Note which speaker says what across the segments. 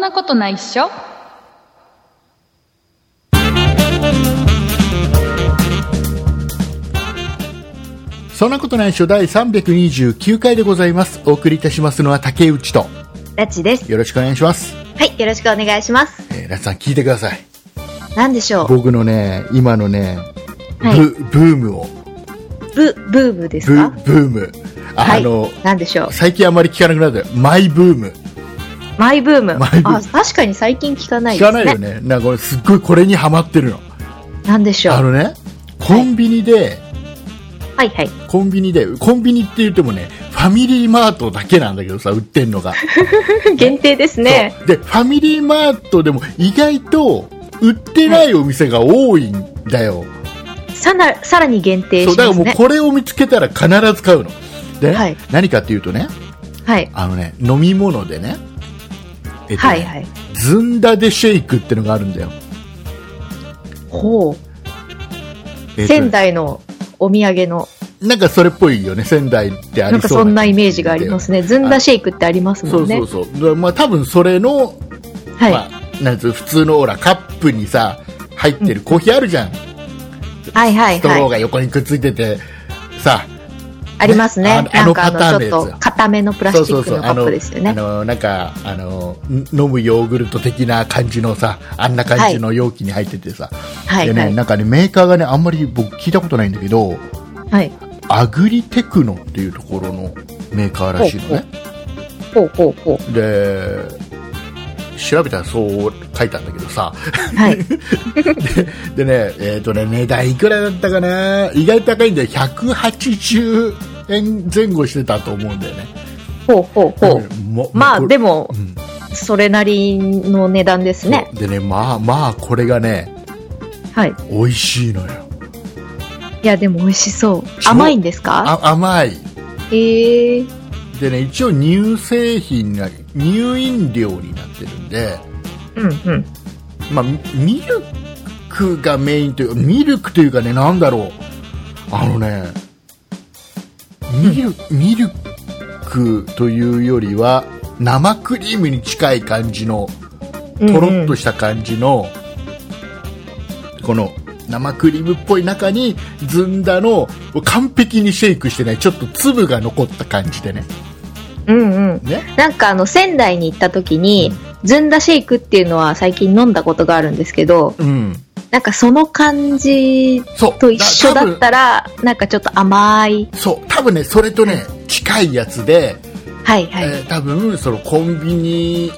Speaker 1: なことないっしょ
Speaker 2: そんなことないっしょ第329回でございます。お送りいたしますのは竹内と、
Speaker 3: ラチです。
Speaker 2: よろしくお願いします。
Speaker 3: はい、よろしくお願いします。
Speaker 2: えー、ラツさん聞いてください。
Speaker 3: なんでしょ
Speaker 2: 僕のね、今のね、ブ、
Speaker 3: はい
Speaker 2: ブームを、
Speaker 3: う。ブ、ブームです
Speaker 2: ブ、
Speaker 3: か
Speaker 2: ブーム。あ
Speaker 3: はい
Speaker 2: の、。
Speaker 3: なんでしょう。
Speaker 2: 最近あんまり聞かなくなったよ。マイブーム。
Speaker 3: マイブー ム。
Speaker 2: マイブーム
Speaker 3: あ、確かに最近聞かな
Speaker 2: 聞
Speaker 3: いです
Speaker 2: か
Speaker 3: ね。
Speaker 2: ないよね。なんか俺すっごいこれにハマってるの。
Speaker 3: なんでしょう。
Speaker 2: あのね、コンビニで、
Speaker 3: はいはい。
Speaker 2: コンビニで、コンビニって言ってもね、ファミリーマートだけなんだけどさ、売ってんのが。
Speaker 3: 限定ですね。
Speaker 2: そうで、ファミリーマートでも意外と売ってないお店が多いんだよ。
Speaker 3: さな、さらに限定
Speaker 2: そう、
Speaker 3: し
Speaker 2: だか
Speaker 3: ま
Speaker 2: ら
Speaker 3: す
Speaker 2: もうこ
Speaker 3: ね。
Speaker 2: れを見つけたら必ず買うの。で、
Speaker 3: はい
Speaker 2: 何かっていうとね、
Speaker 3: はい。
Speaker 2: あのね、飲み物でね、えっとね
Speaker 3: はいはい。
Speaker 2: ずんだでシェイクってのがあるんだよ。
Speaker 3: ほ
Speaker 2: え
Speaker 3: う。
Speaker 2: っとね
Speaker 3: 仙台のお土産の、
Speaker 2: なんかそれっぽいよね、仙台ってあ
Speaker 3: なん
Speaker 2: り
Speaker 3: か
Speaker 2: そう。
Speaker 3: そんなイメージがありますすね。ずんだシェイクってあります
Speaker 2: そ
Speaker 3: も
Speaker 2: うん
Speaker 3: ね。
Speaker 2: そうそう。まあ多分それの、
Speaker 3: はい。
Speaker 2: まあ、なんつう、普通のほら、カップにさ、入ってるコーヒーあるじゃん。
Speaker 3: はいはい
Speaker 2: ストロー
Speaker 3: はい。
Speaker 2: が横にくっついてて、さ、
Speaker 3: あります
Speaker 2: あ
Speaker 3: ね。
Speaker 2: の
Speaker 3: なんかあ
Speaker 2: あのパター
Speaker 3: の、
Speaker 2: ンの
Speaker 3: ち
Speaker 2: やつ
Speaker 3: ょっと固めのプラスチックのカ
Speaker 2: あ
Speaker 3: ッ
Speaker 2: の、
Speaker 3: プですよね。
Speaker 2: あの、なんか、あの、ん飲むヨーグルト的な感じのさ、あんな感じの容器に入っててさ。
Speaker 3: はい
Speaker 2: で
Speaker 3: は
Speaker 2: ね、
Speaker 3: い。
Speaker 2: なんかね、メーカーがね、あんまり僕聞いたことないんだけど、
Speaker 3: はい。
Speaker 2: アグリテクノっていうところのメーカーらしいのね。
Speaker 3: ほうほうほ
Speaker 2: で、調べたらそう書いたんだけどさ、
Speaker 3: う。はい。
Speaker 2: でね、えっ、とね、値段いくらだったかな意外と高いんだよ。180円前後してたと思うんだよね。
Speaker 3: ほうほうほう。
Speaker 2: も
Speaker 3: まあ
Speaker 2: これ
Speaker 3: でも
Speaker 2: う、ん
Speaker 3: それなりの値段ですね。
Speaker 2: そうでね、まあまあ、これがね、
Speaker 3: はい。
Speaker 2: 美味しいのよ。
Speaker 3: いや、でも美味しそう。
Speaker 2: そう
Speaker 3: 甘いんですか
Speaker 2: あ甘い。
Speaker 3: ええー。
Speaker 2: でね、一応乳製品が、乳飲料になってるんで、
Speaker 3: うんうん。
Speaker 2: まあ、ミミルクがメインというか、ミルクというかね、なんだろう。あのね、ミルミルクというよりは、生クリームに近い感じの、
Speaker 3: うんうん
Speaker 2: とろっとした感じの、この生クリームっぽい中にずんだの完璧にシェイクしてないちょっと粒が残った感じでね
Speaker 3: うんうん。
Speaker 2: ね
Speaker 3: なんかあの、仙台に行った時に、ずんだシェイクっていうのは最近飲んだことがあるんですけど、
Speaker 2: うん
Speaker 3: なんかその感じ
Speaker 2: そう
Speaker 3: と一緒だっ
Speaker 2: 多分
Speaker 3: たら、なんかちょっと甘い。
Speaker 2: そう多分ねそれとね近いやつで、
Speaker 3: はいはい。
Speaker 2: えー多分そのコンビニ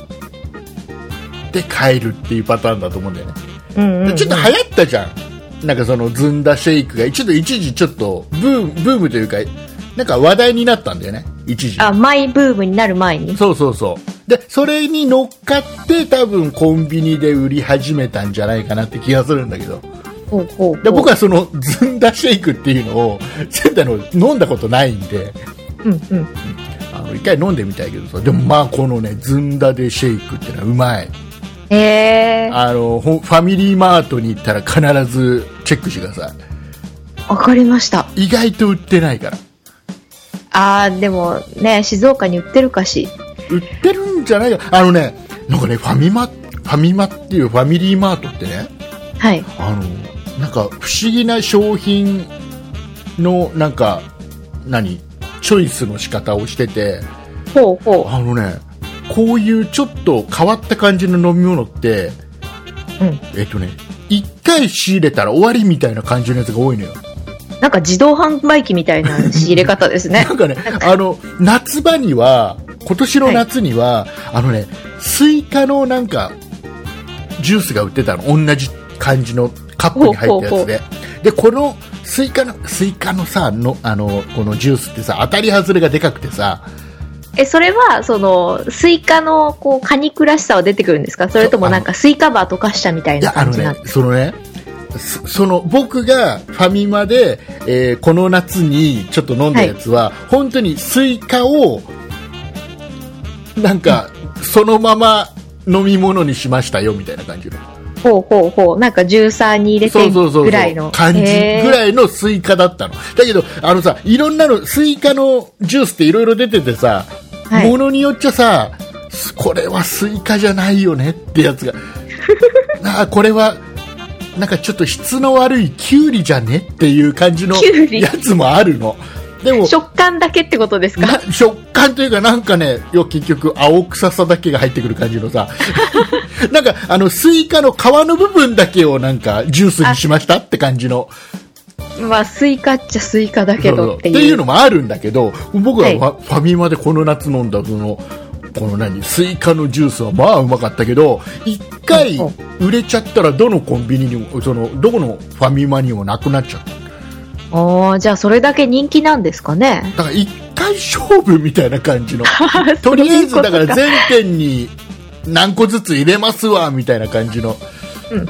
Speaker 2: で買えるっていうパターンだと思うんだよね、
Speaker 3: うんうん、うん。
Speaker 2: でちょっと流行ったじゃんなんかそのずんだシェイクがちょっと一時ちょっとブームブームというかなんか話題になったんだよね一時
Speaker 3: あ、マイブームになる前に。
Speaker 2: そうそうそう。で、それに乗っかって多分コンビニで売り始めたんじゃないかなって気がするんだけど。
Speaker 3: ほうほうほう
Speaker 2: で、僕はそのずんだシェイクっていうのを、仙台の飲んだことないんで、
Speaker 3: うんうん。
Speaker 2: あの、一回飲んでみたいけどさ、でもまあこのね、ずんだでシェイクってのはうまい。
Speaker 3: ええ
Speaker 2: あの、ほんファミリーマートに行ったら必ずチェックしてくださ
Speaker 3: ー。わかりました。
Speaker 2: い。意外と売ってないから。
Speaker 3: あー、でもね、静岡に売ってるかし。
Speaker 2: 売ってるんじゃないか。あのね、なんかね、ファミマ、ファミマっていうファミリーマートってね、
Speaker 3: はい。
Speaker 2: あのなんか不思議な商品のなんか何チョイスの仕方をしてて
Speaker 3: ほうほ
Speaker 2: あのねこういうちょっと変わった感じの飲み物って、
Speaker 3: うん
Speaker 2: えっとね1回仕入れたら終わりみたいな感じのやつが多いのよ
Speaker 3: う。なんか自動販売機みたいな仕入れ方ですね
Speaker 2: な。んかねあの夏場には今年の夏には、あのねスイカのなんかジュースが売ってたの同じ感じのカップに入ったやつででこのスイカのスイカのさのあのこのジュースってさ当たり外れがでかくてさ
Speaker 3: え、それは、その、スイカの、こう、果肉らしさは出てくるんですかそれともなんか、スイカバー溶かしたみたい
Speaker 2: い
Speaker 3: な
Speaker 2: やあ
Speaker 3: 感
Speaker 2: の
Speaker 3: じな
Speaker 2: ね
Speaker 3: ん
Speaker 2: そのねそその僕がファミマで、えーこの夏にちょっと飲んだやつは、本当にスイカをなんか、そのまま飲み物にしましたよみたいな感じの
Speaker 3: ほうほうほう。なんか、ジューサーに入れ
Speaker 2: そ
Speaker 3: て
Speaker 2: うそうそう
Speaker 3: ぐらいの。
Speaker 2: 感じぐ
Speaker 3: へー
Speaker 2: らいのスイカだったの。だけど、あのさ、いろんなの、スイカのジュースっていろいろ出ててさ、
Speaker 3: はい
Speaker 2: ものによっちゃさ、すこれはスイカじゃないよねってやつ がなあこれはなんかちょっと質の悪いキュウリじゃねっていう感じの
Speaker 3: キュウリ
Speaker 2: やつもあるのでも
Speaker 3: 食感だけってことですか
Speaker 2: な食感というかなんかねよ結局青臭さだけが入ってくる感じの さなんかあのスイカの皮の部分だけをなんかジュースにしましたって感じの
Speaker 3: まあスイカっちゃスイカだけ
Speaker 2: そうそ
Speaker 3: ど
Speaker 2: う
Speaker 3: っていう
Speaker 2: っていうのもあるんだけど僕は
Speaker 3: はい
Speaker 2: ファ,、ファミマでこの夏飲んだそのこの何スイカのジュースはまあうまかったけど一回
Speaker 3: うん
Speaker 2: 売れちゃったらどのコンビニにもそのどこのファミマにもなくなっちゃった
Speaker 3: あーじゃあそれだけ人気なんですか ね
Speaker 2: だから一回勝負みたいな感じのとりあえずだから全店に何個ずつ入れますわみたいな感じの
Speaker 3: うんうん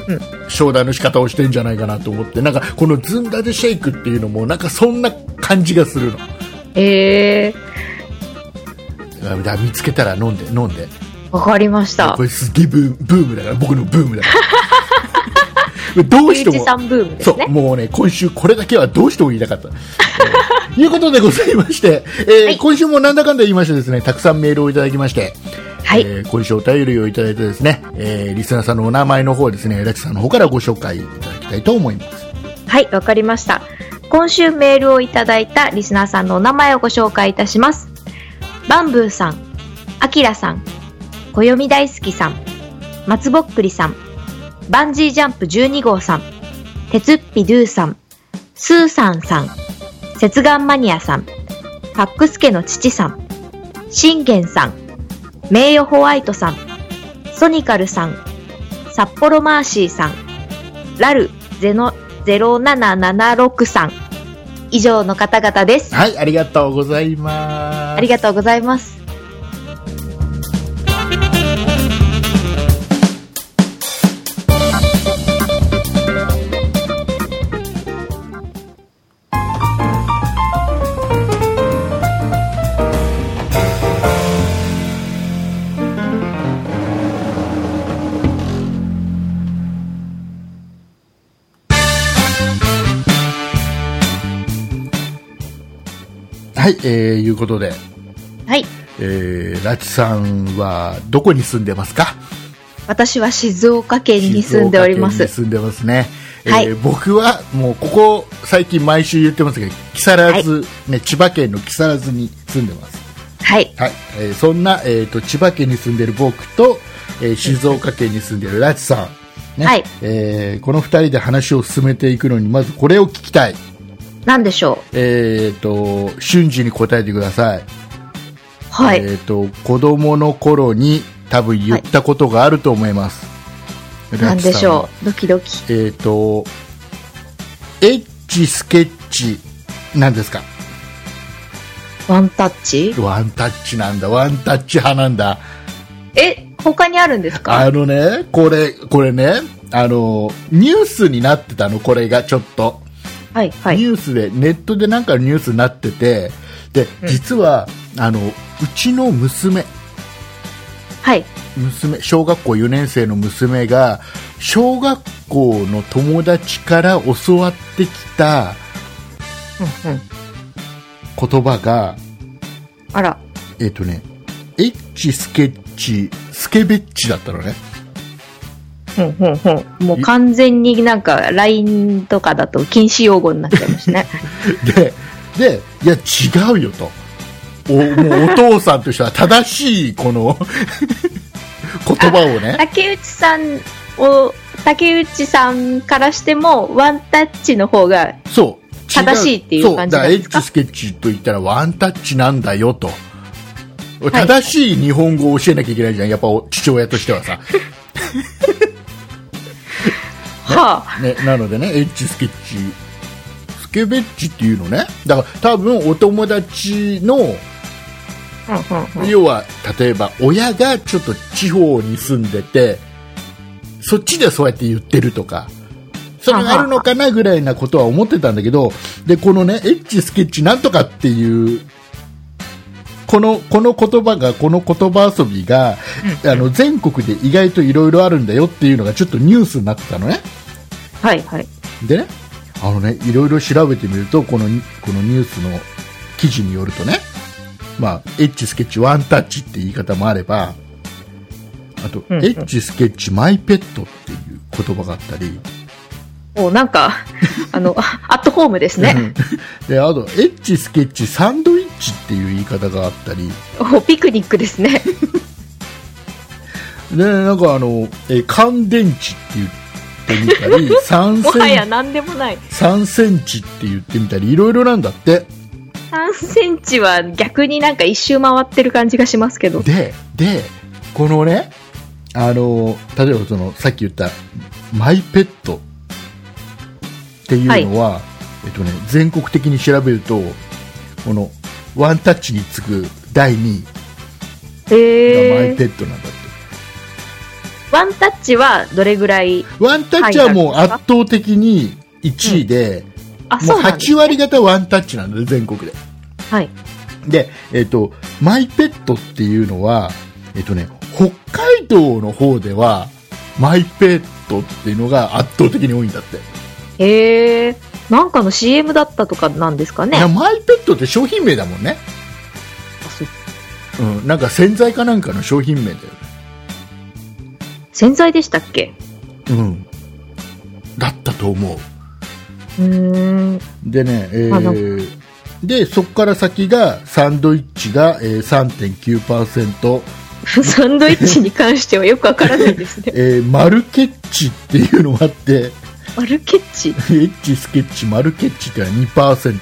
Speaker 2: 商談の仕方をしてんじゃないかなと思ってなんかこのずんだでシェイクっていうのもなんかそんな感じがするの
Speaker 3: ええ
Speaker 2: だから見つけたら飲んで飲んで
Speaker 3: わかりました
Speaker 2: これすげえブームブームだから僕のブーム だからどう
Speaker 3: ゆ
Speaker 2: して
Speaker 3: うじ
Speaker 2: も
Speaker 3: さんブームで
Speaker 2: そ
Speaker 3: す
Speaker 2: う、
Speaker 3: ね
Speaker 2: もうね、今週これだけはどうしても言いたかった。ということでございまして、えー
Speaker 3: はい
Speaker 2: 今週もなんだかんだ言いましてですね、たくさんメールをいただきまして、
Speaker 3: はい、
Speaker 2: えー今週お便りをいただいてですね、えーリスナーさんのお名前の方をですね、ラチさんの方からご紹介いただきたいと思います。
Speaker 3: はい、わかりました。今週メールをいただいたリスナーさんのお名前をご紹介いたします。バンブーさん、アキラさん、小読み大好きさん、松ぼっくりさん、バンジージャンプ12号さん、鉄っぴドゥさん、スーさんさん、雪眼マニアさん、パックスケの父さん、信玄さん、名誉ホワイトさん、ソニカルさん、札幌マーシーさん、ラルゼノ0776さん。以上の方々です。
Speaker 2: はい、ありがとうございます。
Speaker 3: ありがとうございます。
Speaker 2: はい、えー、いうことで、
Speaker 3: はい。
Speaker 2: えー、ラチさんはどこに住んでますか
Speaker 3: 私は静岡県に住んでおりま
Speaker 2: 静岡県
Speaker 3: す
Speaker 2: に。住んでますね。えー
Speaker 3: はい
Speaker 2: 僕はもうここ最近毎週言ってますけど、木更津、ね、千葉県の木更津に住んでます。
Speaker 3: はい。
Speaker 2: はい、えーそんな、えー、と千葉県に住んでる僕と、えー静岡県に住んでるラチさん、ね
Speaker 3: はい
Speaker 2: えーこの2人で話を進めていくのにまずこれを聞きたい、
Speaker 3: なんでしょ
Speaker 2: えー、と瞬時に答えてください、
Speaker 3: う。はい。
Speaker 2: えー、と子供の頃に多分言ったことがあると思います、
Speaker 3: な
Speaker 2: ラ
Speaker 3: ん
Speaker 2: チさ
Speaker 3: で
Speaker 2: は
Speaker 3: しょう。ドキドキ。
Speaker 2: えっ、とエッチスケッチなんですか
Speaker 3: ワンタッチ
Speaker 2: ワンタッチなんだワンタッチ派なんだ
Speaker 3: え、他にあるんですか
Speaker 2: あのね、これ、これね、あの、ニュースになってたの、これがちょっと。
Speaker 3: はい。は
Speaker 2: ニ
Speaker 3: い。
Speaker 2: ュースで、ネットでなんかニュースになってて、で、
Speaker 3: うん
Speaker 2: 実は、あの、うちの娘、
Speaker 3: はい。
Speaker 2: 娘、小学校4年生の娘が、小学校の友達から教わってきた
Speaker 3: うんうん。
Speaker 2: 言葉が、
Speaker 3: あら。
Speaker 2: えっ、とね、エッチスケッチ、スケベッチだったのね。
Speaker 3: うんうんうん。もう完全になんか LINE とかだと禁止用語になっちゃい ましたね。
Speaker 2: で、で、いや、違うよと。お、もうお父さんとしては正しい、この、 言葉をね。
Speaker 3: 竹内さんを、竹内さんからしてもワンタッチの方が
Speaker 2: そう。違
Speaker 3: 正しいっていう感じ
Speaker 2: そう、だか
Speaker 3: なん
Speaker 2: らエッ
Speaker 3: ですか
Speaker 2: チスケッチと言ったらワンタッチなんだよと。正しい日本語を教えなきゃいけないじゃん。やっぱお父親としては さ。
Speaker 3: はあ、
Speaker 2: ね、なのでね、エッチスケッチ、スケベッチっていうのね。だから多分お友達の、
Speaker 3: うんうんう ん、
Speaker 2: 要は例えば親がちょっと地方に住んでてそっちでそうやって言ってるとかそれがあるのかなぐらいなことは思ってたんだけどでこのねエッチスケッチなんとかっていうこのこの言葉がこの言葉遊びがあの全国で意外といろいろあるんだよっていうのがちょっとニュースになってたのね。
Speaker 3: はいはい
Speaker 2: でねあのねいろいろ調べてみるとこのこのニュースの記事によるとねまあエッチスケッチワンタッチって言い方もあればあと、
Speaker 3: うんうん
Speaker 2: エッチスケッチマイペットっていう言葉があったり、
Speaker 3: もうなんか、あの、アットホームですね。
Speaker 2: で、あと、エッチスケッチサンドイッチっていう言い方があったり、
Speaker 3: おピクニックですね。
Speaker 2: で、なんかあの、えー乾電池って言ってみたり、3
Speaker 3: もはや
Speaker 2: セン
Speaker 3: 何でもない。
Speaker 2: 3センチって言ってみたり、いろいろなんだって。
Speaker 3: 3センチは逆になんか一周回ってる感じがしますけど。
Speaker 2: で、で、このね、あの、例えばその、さっき言った、マイペットっていうのは、えっとね、全国的に調べると、この、ワンタッチに次ぐ第2位がマ
Speaker 3: え
Speaker 2: イ
Speaker 3: ー、
Speaker 2: ペットなんだって。
Speaker 3: ワンタッチはどれぐらい
Speaker 2: ワンタッチはもう圧倒的に1位で、
Speaker 3: あ、
Speaker 2: も
Speaker 3: そううなんです
Speaker 2: 8割方ワンタッチなんだね全国で。
Speaker 3: はい。
Speaker 2: で、えっと、マイペットっていうのは、えっとね、北海道の方では、マイペットっていうのが圧倒的に多いんだって。
Speaker 3: えー、なんかの CM だったとかなんですか
Speaker 2: いや
Speaker 3: ね。
Speaker 2: マイペットって商品名だもんね。
Speaker 3: あそう
Speaker 2: うん、なんか洗剤かなんかの商品名だよね。
Speaker 3: 洗剤でしたっけ
Speaker 2: うん。だったと思う。
Speaker 3: うーん。
Speaker 2: でね、え
Speaker 3: あな
Speaker 2: ー、で、そこから先が、サンドイッチが、えー、3.9%、
Speaker 3: サンドイッチに関してはよくわからないです ね。
Speaker 2: えー、マルケッチっていうのがあって、
Speaker 3: マルケッチ
Speaker 2: エッチスケッチマルケッチっていうのは2%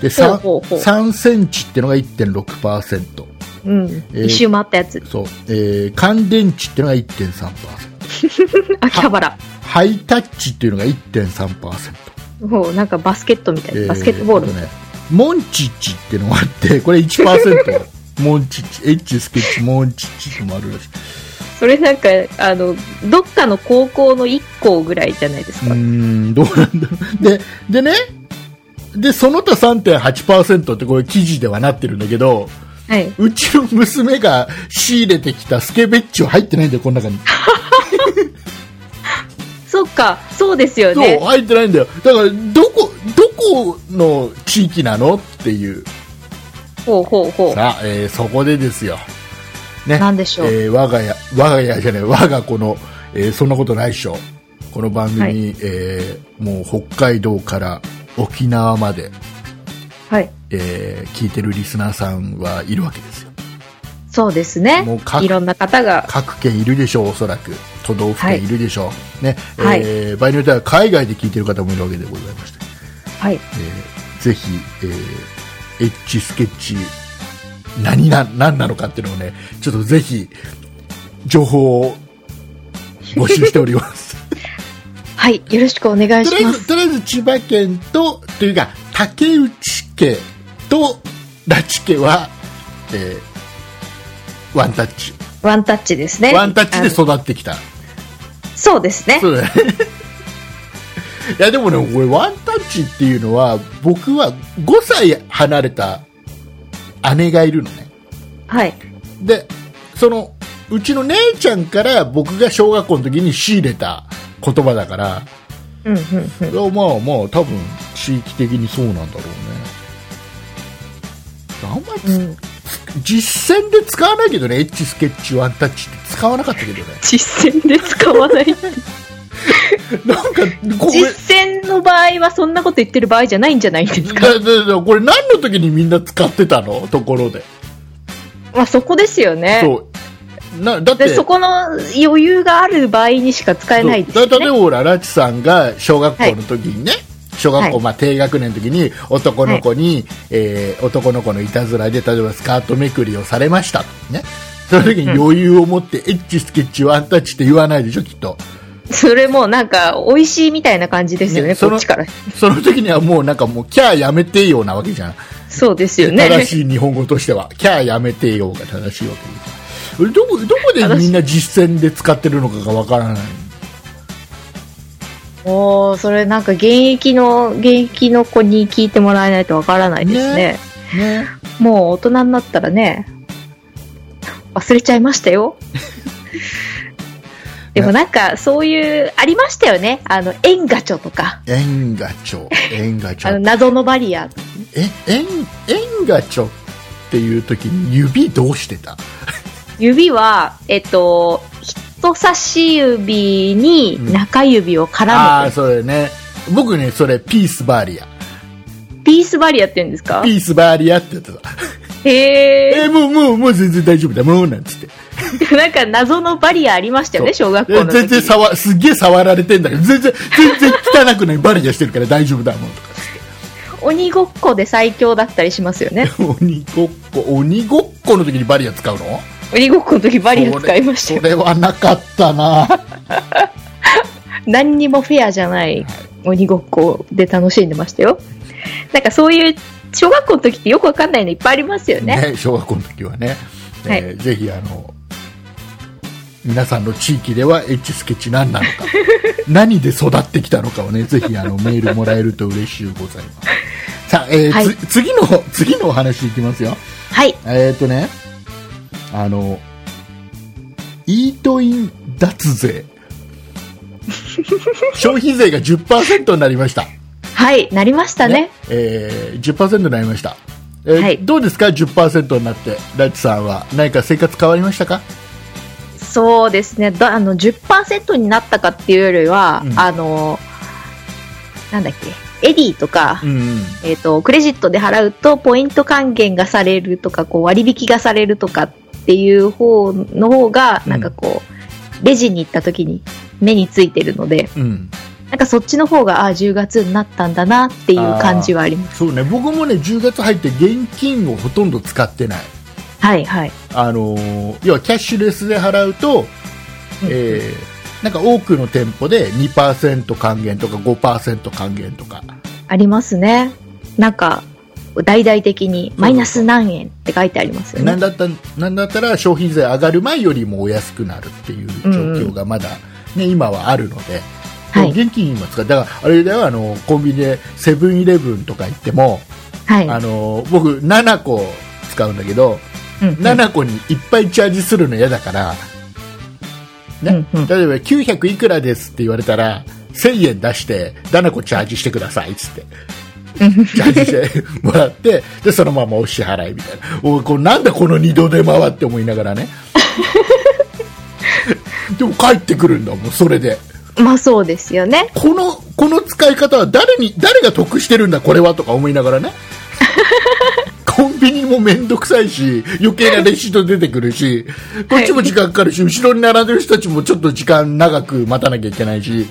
Speaker 2: で 3,
Speaker 3: ほうほうほう
Speaker 2: 3センチっていうのが1.6%
Speaker 3: うん。
Speaker 2: ー
Speaker 3: 一周回ったやつ。
Speaker 2: そう、えー、乾電池っていうのが1.3%
Speaker 3: 秋葉原。
Speaker 2: ハイタッチっていうのが1.3%、
Speaker 3: もうなんかバスケットみたい
Speaker 2: え
Speaker 3: な。バスケットボール
Speaker 2: あとねモンチッチっていうのがあってこれ1%モ ンチッチエッチスケッチモンチッチってもあるらしい
Speaker 3: それなんか、あの、どっかの高校の1校ぐらいじゃないです
Speaker 2: う
Speaker 3: か。
Speaker 2: ーんどうなんだろうででねでその他3.8%ってこれ記事ではなってるんだけど
Speaker 3: はいう
Speaker 2: ちの娘が仕入れてきたスケベッチは入ってないんだよ、この中に。
Speaker 3: そっか、そうですよ
Speaker 2: そう、
Speaker 3: ね。
Speaker 2: 入ってないんだよ。だから、どこ、どこの地域なのっていう。
Speaker 3: ほうほうほ
Speaker 2: さあ、えーそこでですよ。ね。
Speaker 3: う。なんでしょう。
Speaker 2: えー我が家、我が家じゃない、我が子の、えーそんなことないっしょ。この番組、
Speaker 3: はい
Speaker 2: えーもう北海道から沖縄まで、
Speaker 3: はい。
Speaker 2: えー聞いてるリスナーさんはいるわけですよ。
Speaker 3: そうですね
Speaker 2: もうか。
Speaker 3: いろんな方が。
Speaker 2: 各県いるでしょう、おそらく。都道府県いるでしょう。ね。
Speaker 3: はい
Speaker 2: えー場合によっては海外で聞いてる方もいるわけでございまして。
Speaker 3: はい。
Speaker 2: えーぜひ、えーエッチスケッチ、何な、何なのかっていうのをね、ちょっとぜひ、情報を募集しております。
Speaker 3: はい。よろしく お願い
Speaker 2: と
Speaker 3: し
Speaker 2: りあえ
Speaker 3: ま
Speaker 2: ず、
Speaker 3: す。
Speaker 2: とりあえず千葉県と、というか、竹内家と拉致家は、えーワンタッチ。
Speaker 3: ワンタッチですね。
Speaker 2: ワンタッチで
Speaker 3: あ
Speaker 2: 育
Speaker 3: の
Speaker 2: ってきた。
Speaker 3: そうですね。
Speaker 2: そうだね。 いやでもね、これワンタッチっていうのは、僕は5歳離れた姉がいるのね。
Speaker 3: はい。
Speaker 2: で、その、うちの姉ちゃんから僕が小学校の時に仕入れた言葉だから、
Speaker 3: うんうんう
Speaker 2: いやまあまあ、多分、地域的にそうなんだろうね。あんまりつ、
Speaker 3: ん。うん
Speaker 2: 実践で使わないけどね、エッチスケッチワンタッチって使わなかったけどね。
Speaker 3: 実践で使 わない。
Speaker 2: なんか、これ、
Speaker 3: 実践の場合はそんなこと言ってる場合じゃないんじゃないですか。
Speaker 2: だだだこれ何の時にみんな使ってたのところで。
Speaker 3: まあそこですよね。
Speaker 2: そう。な、だって、
Speaker 3: でそこの余裕がある場合にしか使えないです
Speaker 2: そう
Speaker 3: よ
Speaker 2: だ例え
Speaker 3: ね。
Speaker 2: ばほら、ラチさんが小学校の時にね、小学校、
Speaker 3: はい
Speaker 2: まあ、低学年の時に男の子に、えー男の子のいたずらで例えばスカートめくりをされましたねその時に余裕を持って、エッチスケッチワンタッチって言わないでしょきっと
Speaker 3: それもなんか美味しいみたいな感じですよね、
Speaker 2: ねそ
Speaker 3: こ
Speaker 2: の
Speaker 3: っちから。
Speaker 2: その時にはもうなんかもうキャーやめてよなわけじゃん
Speaker 3: そうですよね。
Speaker 2: 正しい日本語としてはキャーやめてよが正しいわけですどこどこでみんな実践で使ってるのかがわからない
Speaker 3: おー、それなんか現役の、現役の子に聞いてもらえないとわからないですね
Speaker 2: ね ね
Speaker 3: もう大人になったらね、忘れちゃいまし たよ。でもなんかそういう、ありましたよね。あの、エンガチョとか、
Speaker 2: 縁がちょ縁がちょ
Speaker 3: あの、謎のバリア。
Speaker 2: え、えん、えんがちょっていう時に指どうしてた
Speaker 3: 指は、えっと、人差し指に中指を
Speaker 2: あ
Speaker 3: 絡
Speaker 2: あ、
Speaker 3: めて、
Speaker 2: それね。僕ね、それ、ピースバリア。
Speaker 3: ピースバリアって言うんですか
Speaker 2: ピースバリアって言ってた。
Speaker 3: へ
Speaker 2: え
Speaker 3: え、
Speaker 2: ーもう、もう、もう全然大丈夫だもん、なんつって。
Speaker 3: なんか謎のバリアありましたよね、小学校の時
Speaker 2: 全然触、すっげえ触られてんだけど、全然、全然汚くないバリアしてるから大丈夫だもん。
Speaker 3: 鬼ごっこで最強だったりしますよ ね。
Speaker 2: 鬼ごっこ、鬼ごっこの時にバリア使うの
Speaker 3: 鬼ごっこの時バ
Speaker 2: バ
Speaker 3: リア使いましたよ
Speaker 2: そ。れはなかったな。
Speaker 3: 何にもフェアじゃない鬼ごっこで楽しんでましたよ。なんかそういう、小学校の時ってよくわかんないのいっぱいありますよね。
Speaker 2: ね、小学校の時はね、えー
Speaker 3: は
Speaker 2: ぜひあの皆さんの地域ではエッチスケッチ何 なのか何で育ってきたのかをねぜひあのメールもらえると嬉しいございますさあ、えー
Speaker 3: はい
Speaker 2: つ次の次のお話いきますよ
Speaker 3: はい。
Speaker 2: えっ、ー、とねあのイートイン脱 税消費税が10%になりました
Speaker 3: はい、なりましたね。
Speaker 2: えー、10%になりました、えー
Speaker 3: はい
Speaker 2: どうですか10%になってラチさんは何か生活変わりましたか
Speaker 3: そうですね。だあの10%になったかっていうよりは、
Speaker 2: うん
Speaker 3: あのなんだっけ、エディとか、
Speaker 2: うん
Speaker 3: えっ、とクレジットで払うとポイント還元がされるとか、こう割引がされるとかっていう方の方が
Speaker 2: うん
Speaker 3: なんかこう、レジに行った時に目についてるので、
Speaker 2: うん
Speaker 3: なんかそっちの方があ10月になったんだなっていう感じはあります。
Speaker 2: そうね僕もね10月入って現金をほとんど使ってない
Speaker 3: はいはい。
Speaker 2: あのー要はキャッシュレスで払うと、えーなんか多くの店舗で2%還元とか5%還元とか
Speaker 3: ありますね。なんか大々的にマイナス何円って書いてありますよ
Speaker 2: なん
Speaker 3: ね。
Speaker 2: だったなんだったら消費税上がる前よりもお安くなるっていう状況がまだ、ね今はあるので、
Speaker 3: はい
Speaker 2: 現金今使うだからあれだよあのコンビニでセブンイレブンとか行っても、
Speaker 3: はい。
Speaker 2: あの僕7個使うんだけど、
Speaker 3: うんうん
Speaker 2: 7個にいっぱいチャージするの嫌だから、ね
Speaker 3: うんうん
Speaker 2: 例えば900いくらですって言われたら1000円出して7個チャージしてくださいっつって。チャージしてもらってでそのままお支払いみたいなおいこれなんだこの二度手間はって思いなが らねでも帰ってくるんだもんそれで
Speaker 3: まあそうですよね。
Speaker 2: このこの使い方は誰に誰が得してるんだこれはとか思いながら ねコンビニも面倒くさいし余計なレシート出てくるしこっちも時間かかるし、後ろに並んでる人たちもちょっと時間長く待たなきゃいけないし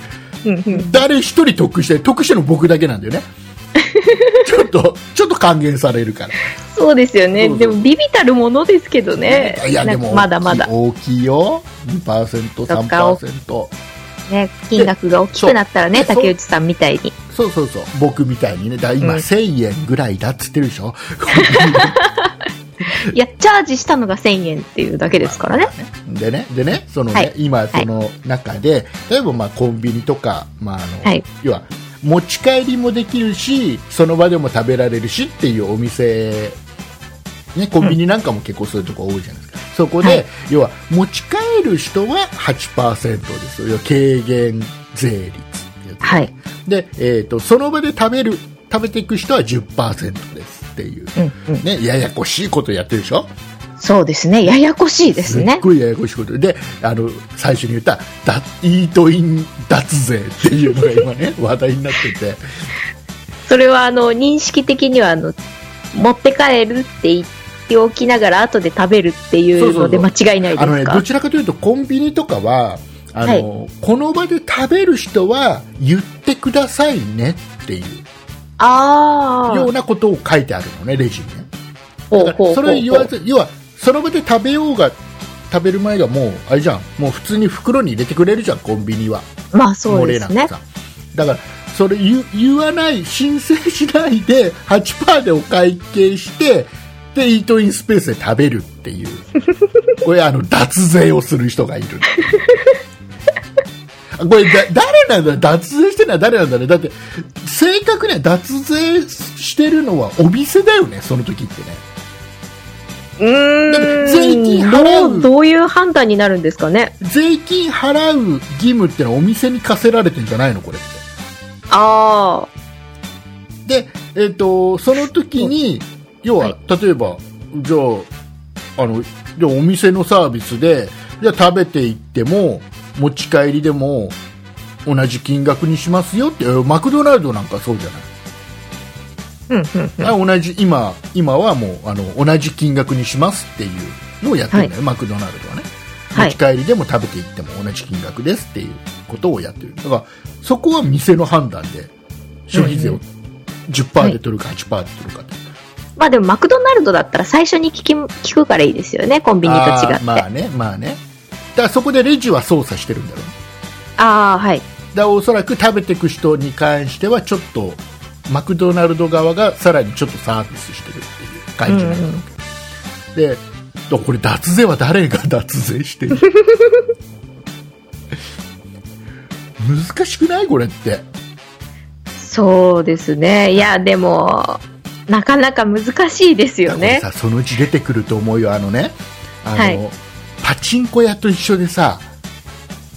Speaker 3: うんうん
Speaker 2: 誰一人得して得してるの僕だけなんだ よねちょっとちょっと還元されるから
Speaker 3: そうですよ
Speaker 2: そ
Speaker 3: ね。
Speaker 2: うそう
Speaker 3: でもビビたるものですけどね。
Speaker 2: いや
Speaker 3: な
Speaker 2: で
Speaker 3: んか
Speaker 2: も
Speaker 3: まだまだ。
Speaker 2: 大きいよ 2%3% そ
Speaker 3: ね、金額が大きくなったら
Speaker 2: で
Speaker 3: ね、
Speaker 2: そう
Speaker 3: 竹内さんみたいに。
Speaker 2: うそうそう僕みたいにねだから今、
Speaker 3: うん
Speaker 2: 1000円ぐらいだっつってるでしょ
Speaker 3: いや、チャージしたのが1000円っていうだけですからね。
Speaker 2: でねでねそのね、
Speaker 3: はい
Speaker 2: 今その中で例えばまあコンビニとか、まああの
Speaker 3: はい
Speaker 2: 要は持ち帰りもできるしその場でも食べられるしっていうお店ね、コンビニなんかも結構そういうとこ多いじゃないですか、そこで、
Speaker 3: はい
Speaker 2: 要は持ち帰る人は8%ですよ要は軽減税率ってやつ
Speaker 3: はい。
Speaker 2: で、えー、とその場で食べる食べていく人は10%ですっていう、
Speaker 3: うんうん。
Speaker 2: ね、ややこしいことやってるでしょ
Speaker 3: そうですね。ややこしいです
Speaker 2: っ
Speaker 3: ね。
Speaker 2: ごいややこしいことであの最初に言っただイートイン脱税っていうのが今 ね話題になってて
Speaker 3: それは、あの、認識的には、あの、持って帰るって言っておきながら、後で食べるっていうので
Speaker 2: そうそ
Speaker 3: 間
Speaker 2: う
Speaker 3: 違いないで
Speaker 2: あの、ね、
Speaker 3: す
Speaker 2: ど
Speaker 3: か
Speaker 2: ちらかというとコンビニとかはあの、この場で食べる人は言ってくださいねっていう
Speaker 3: あ
Speaker 2: よう
Speaker 3: あ。
Speaker 2: なことを書いてあるのねレジにね
Speaker 3: ほ
Speaker 2: だからそれ言わず要はその場で食べようが食べる前がもうあれじゃんもう普通に袋に入れてくれるじゃんコンビニは
Speaker 3: まあそうで
Speaker 2: 漏
Speaker 3: す
Speaker 2: れな
Speaker 3: ね
Speaker 2: く。さだからそれ言う言わない申請しないで8%でお会計してでイートインスペースで食べるって いうこれあの脱税をする人がいるこれだ誰なんだろう脱税してるのは誰なんだろうだって正確には脱税してるのはお店だよねその時ってね
Speaker 3: うーん
Speaker 2: だって税金払う
Speaker 3: どうどういう判断になるんですかね。
Speaker 2: 税金払う義務ってのはお店に課せられてんじゃないのこれって
Speaker 3: ああ。
Speaker 2: で、えっとその時に要は、
Speaker 3: はい
Speaker 2: 例えばじゃああのでお店のサービスでじゃあ食べていっても持ち帰りでも同じ金額にしますよってマクドナルドなんかそうじゃない
Speaker 3: うんうんうん
Speaker 2: あ同じ今今はもうあの同じ金額にしますっていうのをやってるんだよ、マクドナルドはね
Speaker 3: は
Speaker 2: 持
Speaker 3: い
Speaker 2: ち帰りでも食べていっても同じ金額ですっていうことをやってるだからそこは店の判断で消費税
Speaker 3: う
Speaker 2: を
Speaker 3: ん
Speaker 2: 10%で取るか8%で取るかって、
Speaker 3: まあでもマクドナルドだったら最初に聞き聞くからいいですよねコンビニと違っ
Speaker 2: あ
Speaker 3: て
Speaker 2: ーまあねまあねだからそこでレジは操作してるんだろうね
Speaker 3: ああはい
Speaker 2: だからおそらく食べていく人に関してはちょっとマクドナルド側がさらにちょっとサービスしてるっていう感じなんだろうけどでだからこれ脱税は誰が脱税してる難しくないこれって
Speaker 3: そうですねいやでもなかなか難しいですよね
Speaker 2: これさそのうち出てくると思うよあのねあの、
Speaker 3: はい
Speaker 2: パチンコ屋と一緒でさ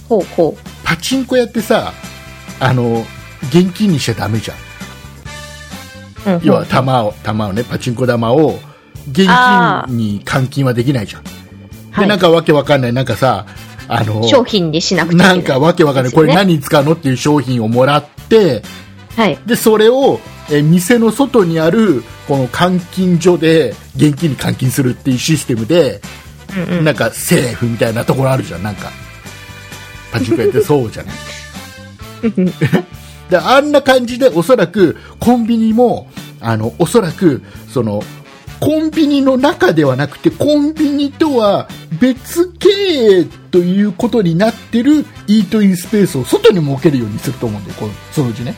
Speaker 3: ほうほう
Speaker 2: パチンコ屋ってさあの現金にしちゃダメじゃん
Speaker 3: うんうん
Speaker 2: 要は玉を玉をねパチンコ玉を現
Speaker 3: あ
Speaker 2: 金に換金はできないじゃん
Speaker 3: は
Speaker 2: で
Speaker 3: い
Speaker 2: なんかわけわかんないなんかさあの
Speaker 3: 商品にしなくちゃいけ
Speaker 2: な
Speaker 3: ない
Speaker 2: んかわけわかんない、これ何に使うのっていう商品をもらって
Speaker 3: はい
Speaker 2: でそれをえ店の外にあるこの換金所で現金に換金するっていうシステムで
Speaker 3: うんうん
Speaker 2: なんかセーフみたいなところあるじゃん、なんか。パチンコやってそうじゃないであんな感じで、おそらくコンビニも、あの、おそらく、その、コンビニの中ではなくて、コンビニとは別経営ということになってるイートインスペースを外に設けるようにすると思うんだよ、このそのうちね。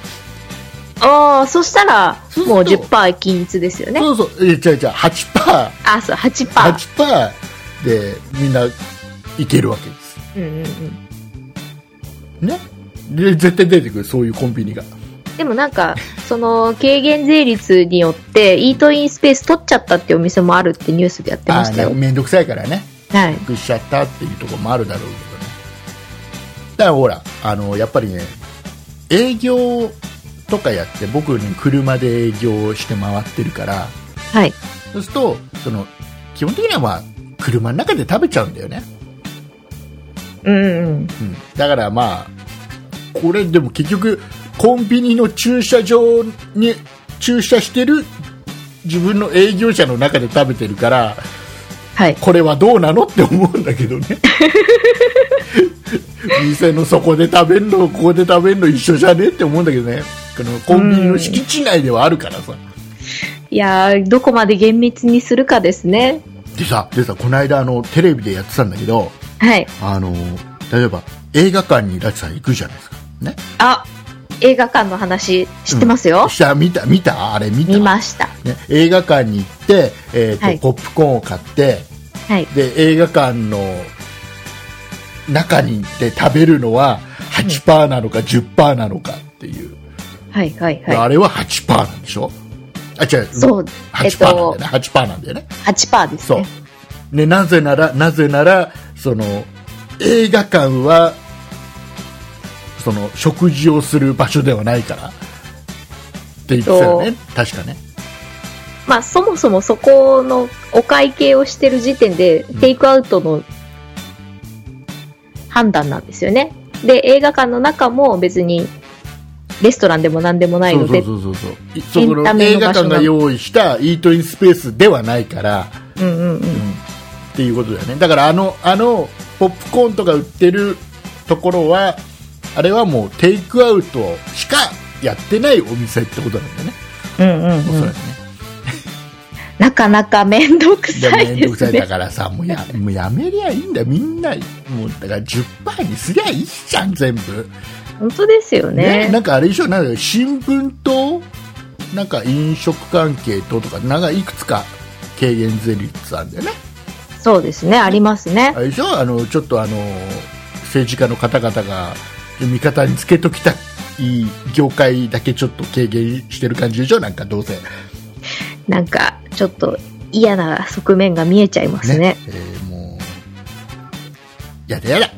Speaker 3: ああそしたら
Speaker 2: そうす
Speaker 3: もう
Speaker 2: ると
Speaker 3: 10%均一ですよね
Speaker 2: そうそう、え、違う違う、8%、
Speaker 3: あそう8%パ
Speaker 2: 8%でみんないけるわけです。
Speaker 3: うんうんうん
Speaker 2: ね。で、絶対出てくる、そういうコンビニが。
Speaker 3: でもなんかその軽減税率によってイートインスペース取っちゃったっていうお店もあるってニュースでやってました
Speaker 2: あー
Speaker 3: よ
Speaker 2: ね、めんどくさいからね、
Speaker 3: はい
Speaker 2: びっくりしちゃったっていうところもあるだろうけどね。だからほら、あの、やっぱりね、営業とかやって、僕ね、車で営業して回ってるから、
Speaker 3: はい
Speaker 2: そうすると、その、基本的にはまあ、車の中で食べちゃうんだよね。
Speaker 3: うんうん
Speaker 2: うん。だからまあ、これでも結局、コンビニの駐車場に駐車してる自分の営業者の中で食べてるから、
Speaker 3: はい
Speaker 2: これはどうなのって思うんだけ どね店のそこで食べるのここで食べるの一緒じゃねって思うんだけどねこのコンビニの敷地内ではあるからさ
Speaker 3: いやーどこまで厳密にするかですね
Speaker 2: でさでさこの間あのテレビでやってたんだけど
Speaker 3: はい
Speaker 2: あの例えば映画館にラチさん行くじゃないですかね
Speaker 3: あ映画館の話知ってますよ、
Speaker 2: 下見た見たあれ見た
Speaker 3: 見ました
Speaker 2: ね、映画館に行って、えーと
Speaker 3: はい
Speaker 2: ポップコーンを買って
Speaker 3: はい
Speaker 2: で映画館の中に行って食べるのは8%なのか10%なのかっていう、
Speaker 3: はいはい
Speaker 2: であ
Speaker 3: は
Speaker 2: れは8%なんでしょあ違う
Speaker 3: いそうえっ
Speaker 2: 8%なんだよ
Speaker 3: と
Speaker 2: ね、8%なんだよね
Speaker 3: 8%です
Speaker 2: そう
Speaker 3: ね
Speaker 2: ねなぜならなぜならその映画館はその食事をする場所ではないからって言ってたよね確かね
Speaker 3: まあ、そもそもそこのお会計をしてる時点で、
Speaker 2: ん
Speaker 3: テイクアウトの判断なんですよね。で、映画館の中も別にレストランでも何でもない
Speaker 2: そう
Speaker 3: の
Speaker 2: そう
Speaker 3: で、
Speaker 2: そうそうそういそこ
Speaker 3: エン
Speaker 2: の
Speaker 3: タメ
Speaker 2: 映
Speaker 3: の
Speaker 2: 画
Speaker 3: 場所
Speaker 2: 館
Speaker 3: なの
Speaker 2: が用意したイートインスペースではないから
Speaker 3: うんうんうん。
Speaker 2: っていうことだよねだからあのあのポップコーンとか売ってるところはあれはもうテイクアウトしかやってないお店ってことなんだよね、
Speaker 3: うんう
Speaker 2: おそ
Speaker 3: んう
Speaker 2: らくね
Speaker 3: んなかなか面倒く
Speaker 2: で
Speaker 3: さい
Speaker 2: 面
Speaker 3: で
Speaker 2: 倒くさ
Speaker 3: す
Speaker 2: いだ
Speaker 3: ね。
Speaker 2: からさもうやもうやめりゃいいんだよみんなもうだから10%にすりゃいいじゃん全部
Speaker 3: 本当ですよね。
Speaker 2: なんかあれでしょなんか新聞となんか飲食関係ととかなんかいくつか軽減税率あるんだよね
Speaker 3: そうですね、ありますね
Speaker 2: あ。れでしょあのちょっとあの政治家の方々が味方につけときたい業界だけちょっと軽減してる感じでしょなんかどうせ、ね
Speaker 3: なんか、ちょっと嫌な側面が見えちゃいますね。
Speaker 2: えーもうやだやだ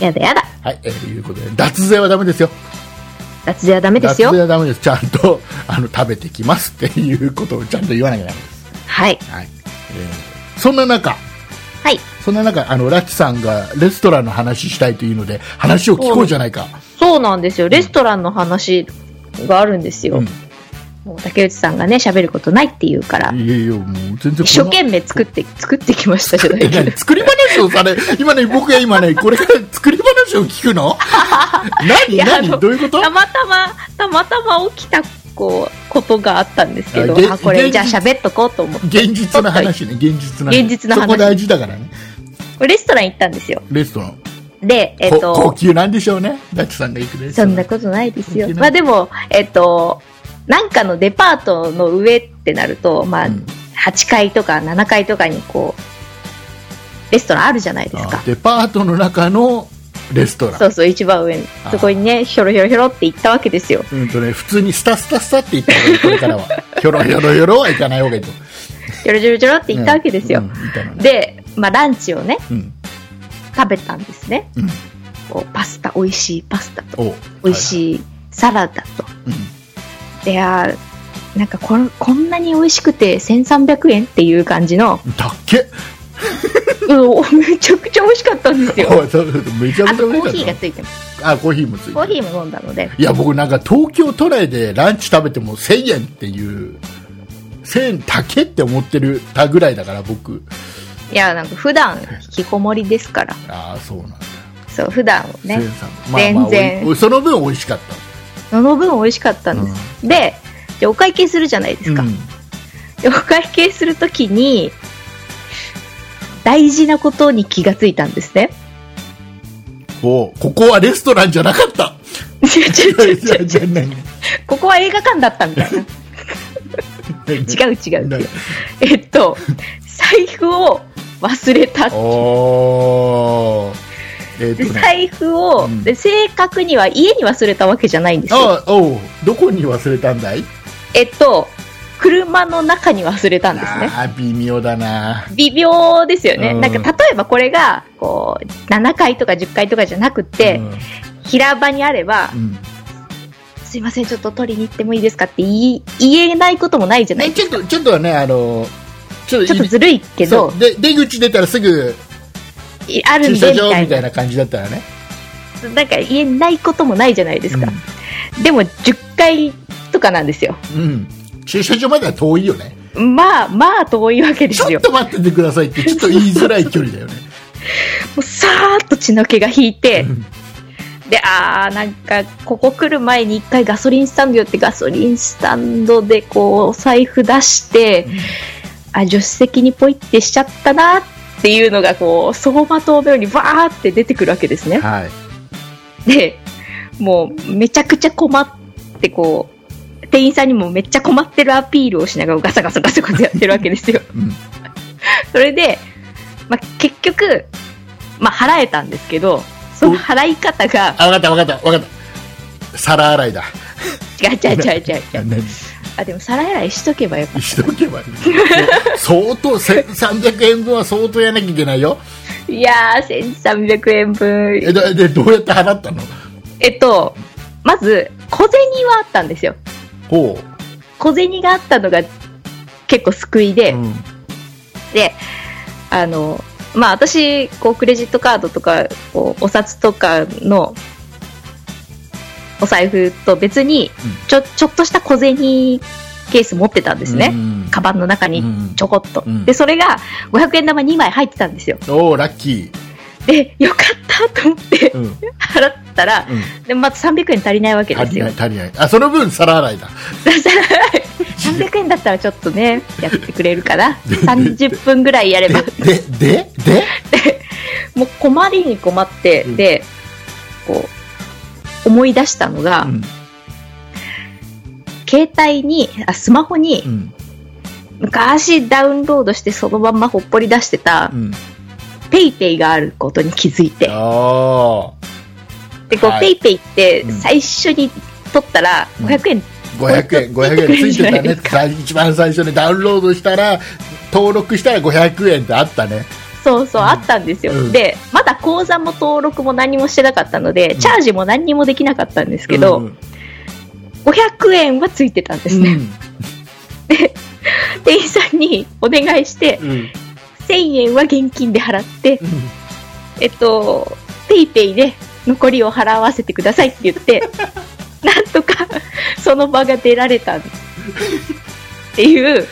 Speaker 3: やだやだ。
Speaker 2: はい、えーいうことで脱税はダメですよ
Speaker 3: 脱税はダメですよ
Speaker 2: 脱税。はダメですちゃんとあの食べてきますっていうことをちゃんと言わなきゃダメです、
Speaker 3: はい。
Speaker 2: はいえーそんな中
Speaker 3: はい。
Speaker 2: そんな中、あの、ラッチさんがレストランの話したいというので、話を聞こうじゃないか。
Speaker 3: そうなんですよ。レストランの話があるんですよ。
Speaker 2: うん。
Speaker 3: もう竹内さんがね、喋ることないって言うから、
Speaker 2: いやいや、もう全然この
Speaker 3: 一生懸命作って、作ってきましたじゃない
Speaker 2: え、
Speaker 3: けど
Speaker 2: 何作り話をされ、今ね、僕が今ね、これから作り話を聞く の何
Speaker 3: いやあの
Speaker 2: 何どういうこと
Speaker 3: たまたま、たまたま起きた、こう、ことがあったんですけど
Speaker 2: あげ、
Speaker 3: あ、これ
Speaker 2: 現
Speaker 3: じゃ
Speaker 2: 実
Speaker 3: あ喋っとこうと思って。
Speaker 2: 現実の話ね、現実の話。
Speaker 3: 現実の話
Speaker 2: そこ大事だからね。
Speaker 3: レストラン行ったんですよ。
Speaker 2: レストラン。
Speaker 3: で、えっ、
Speaker 2: こ高
Speaker 3: と、
Speaker 2: 級なんでしょうね。ダッチさんが行くレスト
Speaker 3: そ
Speaker 2: ラン。
Speaker 3: んなことないですよ
Speaker 2: 高級。な
Speaker 3: まあでも、えっ、と、なんかのデパートの上ってなると、まあ、
Speaker 2: うん
Speaker 3: 8階とか7階とかにこう、レストランあるじゃないです
Speaker 2: あ
Speaker 3: か。
Speaker 2: デパートの中のレストラン
Speaker 3: そうそう、一番上に
Speaker 2: あ。ー
Speaker 3: そこにね、ひょろひょろひょろって行ったわけですよ。
Speaker 2: うんとね、普通にスタスタスタって言った方がいい、これ からは。ひょろひょろひょろは行かない方がいいと。
Speaker 3: ひょろひょろひょろって行ったわけですよ
Speaker 2: うん。うん行ったのね
Speaker 3: で、まあランチをね、
Speaker 2: うん。
Speaker 3: 食べたんですね。
Speaker 2: うん。
Speaker 3: こうパスタ、美味しいパスタと、
Speaker 2: お
Speaker 3: 美味しいサラダと。
Speaker 2: い。
Speaker 3: いやーなんかこれこんなに美味しくて1300円っていう感じの、
Speaker 2: うん。だっけ
Speaker 3: うんおめちゃくちゃ美味しかったんですよ。
Speaker 2: おそうそうそうめちゃ
Speaker 3: あ
Speaker 2: めちゃ
Speaker 3: とコ
Speaker 2: 美
Speaker 3: ー
Speaker 2: 味
Speaker 3: ヒ
Speaker 2: し
Speaker 3: ーが
Speaker 2: かっ
Speaker 3: ついてます。
Speaker 2: た。あ、コーヒーもついてる
Speaker 3: コーヒーも飲んだので。
Speaker 2: いや僕なんか東京都内でランチ食べても1000円っていう1000円高って思ってるたぐらいだから僕
Speaker 3: いや、なんか普段引きこもりですから。
Speaker 2: ああそうなんだ、
Speaker 3: そう、普段をね、
Speaker 2: 1300まあまあ
Speaker 3: 全然
Speaker 2: おいその分美味しかっ
Speaker 3: その分美味しかったんです。で、でお会計するじゃないで
Speaker 2: た、
Speaker 3: すか。
Speaker 2: うん
Speaker 3: でお会計するときに、大事なことに気がついたんで すね。
Speaker 2: おここはレストランじゃなかった
Speaker 3: ちょ ちょちょちょ
Speaker 2: じゃあ何
Speaker 3: ここは映画館だったみたいな。違う違う違う。えっと、財布を忘れた。
Speaker 2: おーえっ
Speaker 3: で
Speaker 2: とね
Speaker 3: 財布を、
Speaker 2: うん
Speaker 3: で正確には家に忘れたわけじゃないんですよ。
Speaker 2: ああおうどこに忘れたんだい
Speaker 3: えっと、車の中に忘れたんですね。
Speaker 2: ああ微妙だな
Speaker 3: 微妙ですよね。
Speaker 2: うん
Speaker 3: なんか例えばこれが、こう、7階とか10階とかじゃなくて、平場にあれば
Speaker 2: う、んうん
Speaker 3: すいません、ちょっと取りに行ってもいいですかって言い言えないこともないじゃない
Speaker 2: ね、ちょっとちょっとはねあのちょっ
Speaker 3: ちょっとずるいけど
Speaker 2: そう、で出口出たらすぐ
Speaker 3: いあるん
Speaker 2: 駐車
Speaker 3: でみ
Speaker 2: 場
Speaker 3: たい
Speaker 2: みたい
Speaker 3: な。
Speaker 2: な感じだったらね
Speaker 3: なんか言えないこともないじゃないですか。でも10階とかなんですよ。
Speaker 2: うん、うん駐車場までは遠いよね
Speaker 3: まあまあ遠いわけで
Speaker 2: ち
Speaker 3: す
Speaker 2: ょ
Speaker 3: よ
Speaker 2: っ。と待っててくださいってちょっと言いづらい距離だよね
Speaker 3: もうさーっと血の気が引いて、
Speaker 2: うん
Speaker 3: で、あー、なんか、ここ来る前に一回ガソリンスタンド寄ってガソリンスタンドでこう、お財布出して、あ、助手席にポイってしちゃったなっていうのがこう、走馬灯のようにバーって出てくるわけですね。
Speaker 2: はい
Speaker 3: で、もうめちゃくちゃ困ってこう、店員さんにもめっちゃ困ってるアピールをしながらガサガサガサガサやってるわけです よ。
Speaker 2: うん
Speaker 3: それで、まあ、結局、まあ、払えたんですけど、その払い方が、
Speaker 2: あ分かった分かった分かった皿洗いだ
Speaker 3: 違う違う違う違う違う。
Speaker 2: 何
Speaker 3: あ、でも皿洗いしとけばよかっ
Speaker 2: しとけばいい相当1300円分は相当やなきゃいけないよ
Speaker 3: た。いやー、1300円
Speaker 2: え
Speaker 3: 分。
Speaker 2: ででどうやって払ったの
Speaker 3: えっと、まず、小銭はあったんですよ。
Speaker 2: ほ、
Speaker 3: 小銭があったのが結構救いうで、
Speaker 2: うん、
Speaker 3: で、あの、まあ私、こう、クレジットカードとか、こう、お札とかの、お財布と別に
Speaker 2: うん、
Speaker 3: ちょ、ちょっとした小銭ケース持ってたんですね。
Speaker 2: うん
Speaker 3: カバンの中にちょこっと。
Speaker 2: うん
Speaker 3: で、それが500円玉2枚入ってたんですよ。
Speaker 2: おおラッキ
Speaker 3: で、よかったと思って
Speaker 2: ー、うんうん、
Speaker 3: 払ったら、で、また300円足りないわけで
Speaker 2: 足
Speaker 3: す
Speaker 2: り
Speaker 3: よ
Speaker 2: ない。足りないあその分皿洗いだ
Speaker 3: 300円だったらちょっとね、やってくれるかな。30分ぐらいやれば。
Speaker 2: ででで
Speaker 3: もう困りに困って、
Speaker 2: うん
Speaker 3: で、こう、思い出したのが、
Speaker 2: うん
Speaker 3: 携帯に、あ、スマホに
Speaker 2: う、ん
Speaker 3: 昔ダウンロードしてそのまんまほっぽり出してた
Speaker 2: う、ん
Speaker 3: ペイペイがあることに気づいて、
Speaker 2: ああ
Speaker 3: で、こう、
Speaker 2: はい
Speaker 3: ペイペイって
Speaker 2: うん
Speaker 3: 最初に取ったら、
Speaker 2: うん
Speaker 3: 500円、
Speaker 2: 500円
Speaker 3: 置いと
Speaker 2: 500
Speaker 3: く
Speaker 2: 円ついてた
Speaker 3: じゃないで
Speaker 2: ね
Speaker 3: す
Speaker 2: 最一番最初にダウンロードしたら登録したら500円ってあったね
Speaker 3: そうそう、
Speaker 2: うん
Speaker 3: あったんですよ。
Speaker 2: うん
Speaker 3: で、まだ口座も登録も何もしてなかったので、
Speaker 2: うん
Speaker 3: チャージも何にもできなかったんですけど、
Speaker 2: うん
Speaker 3: 500円はついて たんですね。店員さんにお願いして
Speaker 2: う、んうん
Speaker 3: 1000円は現金で払って、えっと、ペイペイで残りを払わせてくださいって言 って、なんとかその場が出られたっていう、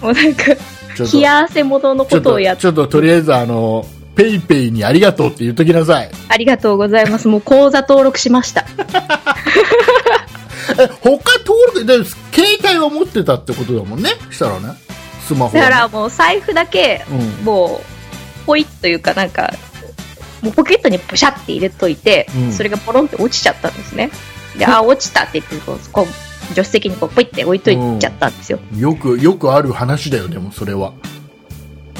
Speaker 3: もうなんか、
Speaker 2: ちょっと
Speaker 3: 冷や汗ものの
Speaker 2: ちょ
Speaker 3: こ
Speaker 2: っ
Speaker 3: とを
Speaker 2: と
Speaker 3: やって
Speaker 2: ち、ょっととりあえずあのペイペイにありがとうって言っときなさい
Speaker 3: ありがとうございます。もう口座登録しました。
Speaker 2: え他登録で携帯は持ってたってことだもんねしたらねスマホ
Speaker 3: だ
Speaker 2: はね
Speaker 3: からもう財布だけ、
Speaker 2: うん
Speaker 3: もう、ポイッというかなんか、もうポケットにプシャって入れといて、
Speaker 2: うん
Speaker 3: それがポロンって落ちちゃったんですね。で、あ、落ちたって言って、こう、こう助手席にこう、ポイって置いといちゃったんですよ。
Speaker 2: よくよくある話だよでもそれは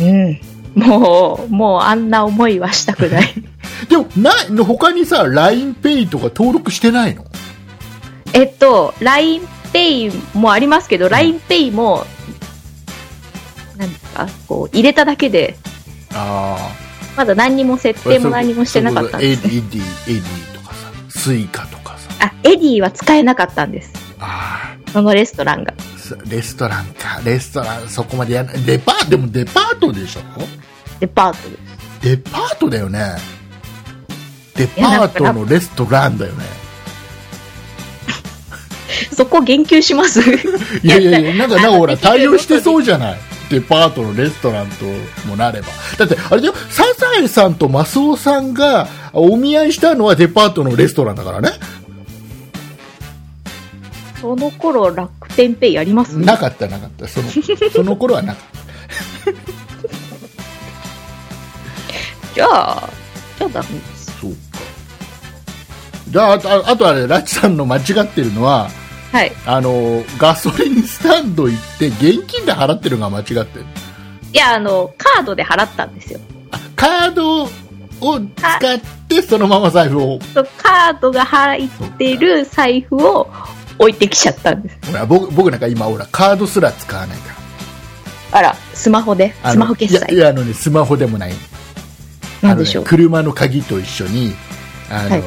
Speaker 3: うん。もう、もうあんな思いはしたくない。
Speaker 2: でもないの他にさ LINEPay とか登録してないの
Speaker 3: えっと、LINEPay もありますけど、LINEPay も、なんか、こう、入れただけで、
Speaker 2: あ
Speaker 3: まだ何にも設
Speaker 2: あ
Speaker 3: 定も何もしてなかったんですね。
Speaker 2: エディエディとかさスイカとかさ
Speaker 3: あ、エディは使えなかったんです。
Speaker 2: あ
Speaker 3: そのレストランが。
Speaker 2: あすレストランかレストランそこまでやらないデパートでもデパートでしょ
Speaker 3: デパートで
Speaker 2: デ
Speaker 3: す。
Speaker 2: パートだよねデパートのレストランだよね
Speaker 3: そこ言及します
Speaker 2: いやいやいや、なんか、なんかほら、
Speaker 3: あの
Speaker 2: 対応してそうじゃない。デパートのレストランともなれば。だって、あれだよ、サザエさんとマスオさんがお見合いしたのはデパートのレストランだからね。
Speaker 3: その頃楽天ペイあります
Speaker 2: なかった、なかった。その、その頃はなかっ
Speaker 3: じゃあ、じゃあダメです。
Speaker 2: た。そうか。じゃあ、あと、ああとあれ、ラチさんの間違ってるのは、
Speaker 3: はい。
Speaker 2: あの、ガソリンスタンド行って現金で払ってるのが間違ってる。
Speaker 3: いや、あの、カードで払ったんですよ。
Speaker 2: カードを使って、そのまま財布を
Speaker 3: そうカードが入ってる財布を置いてきちゃったんです。
Speaker 2: ほら僕僕なんか今ほらカードすら使わないから
Speaker 3: あら、スマホで、
Speaker 2: あの
Speaker 3: スマホ決
Speaker 2: い
Speaker 3: 済。
Speaker 2: やいやあのねスマホでもない
Speaker 3: なんでしょ
Speaker 2: あのね
Speaker 3: う。
Speaker 2: 車の鍵と一緒にあの、
Speaker 3: はい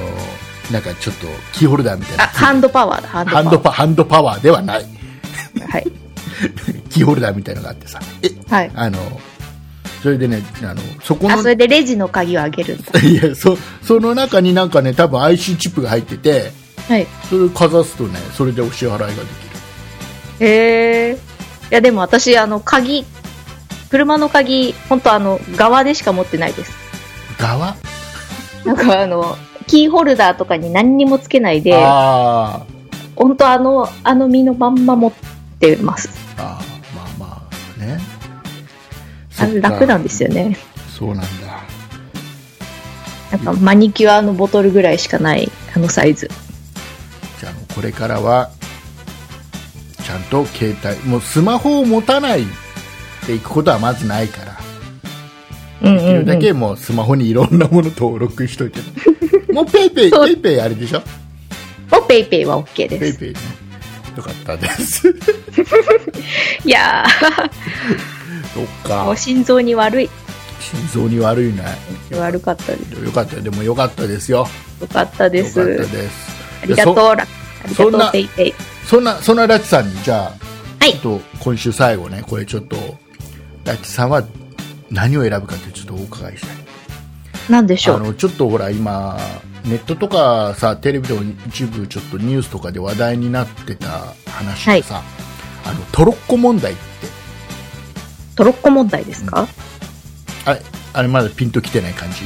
Speaker 2: なんかちょっとキーホルダーみたい
Speaker 3: あ、
Speaker 2: な
Speaker 3: ハンドパワーだ、ハンドパ
Speaker 2: ハ
Speaker 3: ワー。
Speaker 2: ンドパハンドパワーではない
Speaker 3: はい。
Speaker 2: キーホルダーみたいなのがあってさえ
Speaker 3: はい。
Speaker 2: あのそれでねあのそこの
Speaker 3: あ、それでレジの鍵をあげるん だ。
Speaker 2: いやそその中になんかね多分 IC チップが入ってて
Speaker 3: はい。
Speaker 2: それをかざすとねそれでお支払いができる
Speaker 3: へえ。いや、でも私、あの、鍵、車の鍵、本当あの、側でしか持ってないです。
Speaker 2: 側
Speaker 3: なんかあの、キーホルダーとかに何にもつけないで、
Speaker 2: あー
Speaker 3: 本当あの、あの身のまんま持ってます。
Speaker 2: あーまあまあねそ
Speaker 3: あ
Speaker 2: っか
Speaker 3: 楽なんですよね。
Speaker 2: そうなんだ
Speaker 3: なんかマニキュアのボトルぐらいしかない、あのサイズ。
Speaker 2: じゃあもうこれからはちゃんと携帯もうスマホを持たないっていくことはまずないから
Speaker 3: うん
Speaker 2: でき
Speaker 3: う
Speaker 2: る
Speaker 3: ん、
Speaker 2: だ
Speaker 3: うん。
Speaker 2: けもうスマホにいろんなもの登録しと いて、もうペイペイ
Speaker 3: そう
Speaker 2: ペイペイあれでしょ
Speaker 3: おペイペイは OK
Speaker 2: ペ
Speaker 3: で
Speaker 2: イ
Speaker 3: す。
Speaker 2: ペイねよかったです そっ
Speaker 3: いやー、も
Speaker 2: か
Speaker 3: う心臓に悪い。
Speaker 2: 心臓に悪いね
Speaker 3: 悪かったです。
Speaker 2: よかったよでもよかったですよ
Speaker 3: よかったで
Speaker 2: よ
Speaker 3: す。
Speaker 2: かったで
Speaker 3: あ
Speaker 2: す
Speaker 3: りがとう。
Speaker 2: そ
Speaker 3: らあり
Speaker 2: そん
Speaker 3: がと
Speaker 2: な
Speaker 3: う、ペイペイ。
Speaker 2: そんなそんなラチさんにじゃあ、
Speaker 3: はい
Speaker 2: ちょっと今週最後ねこれちょっとラチさんは何を選ぶかってちょっとお伺いしたい
Speaker 3: なんでしょ
Speaker 2: あ
Speaker 3: う。
Speaker 2: のちょっとほら今ネットとかさテレビでも一部ちょっとニュースとかで話題になってた話でさ、あのトロッコ問題って
Speaker 3: トロッコ問題ですか、
Speaker 2: あれあれまだピンときてない感じ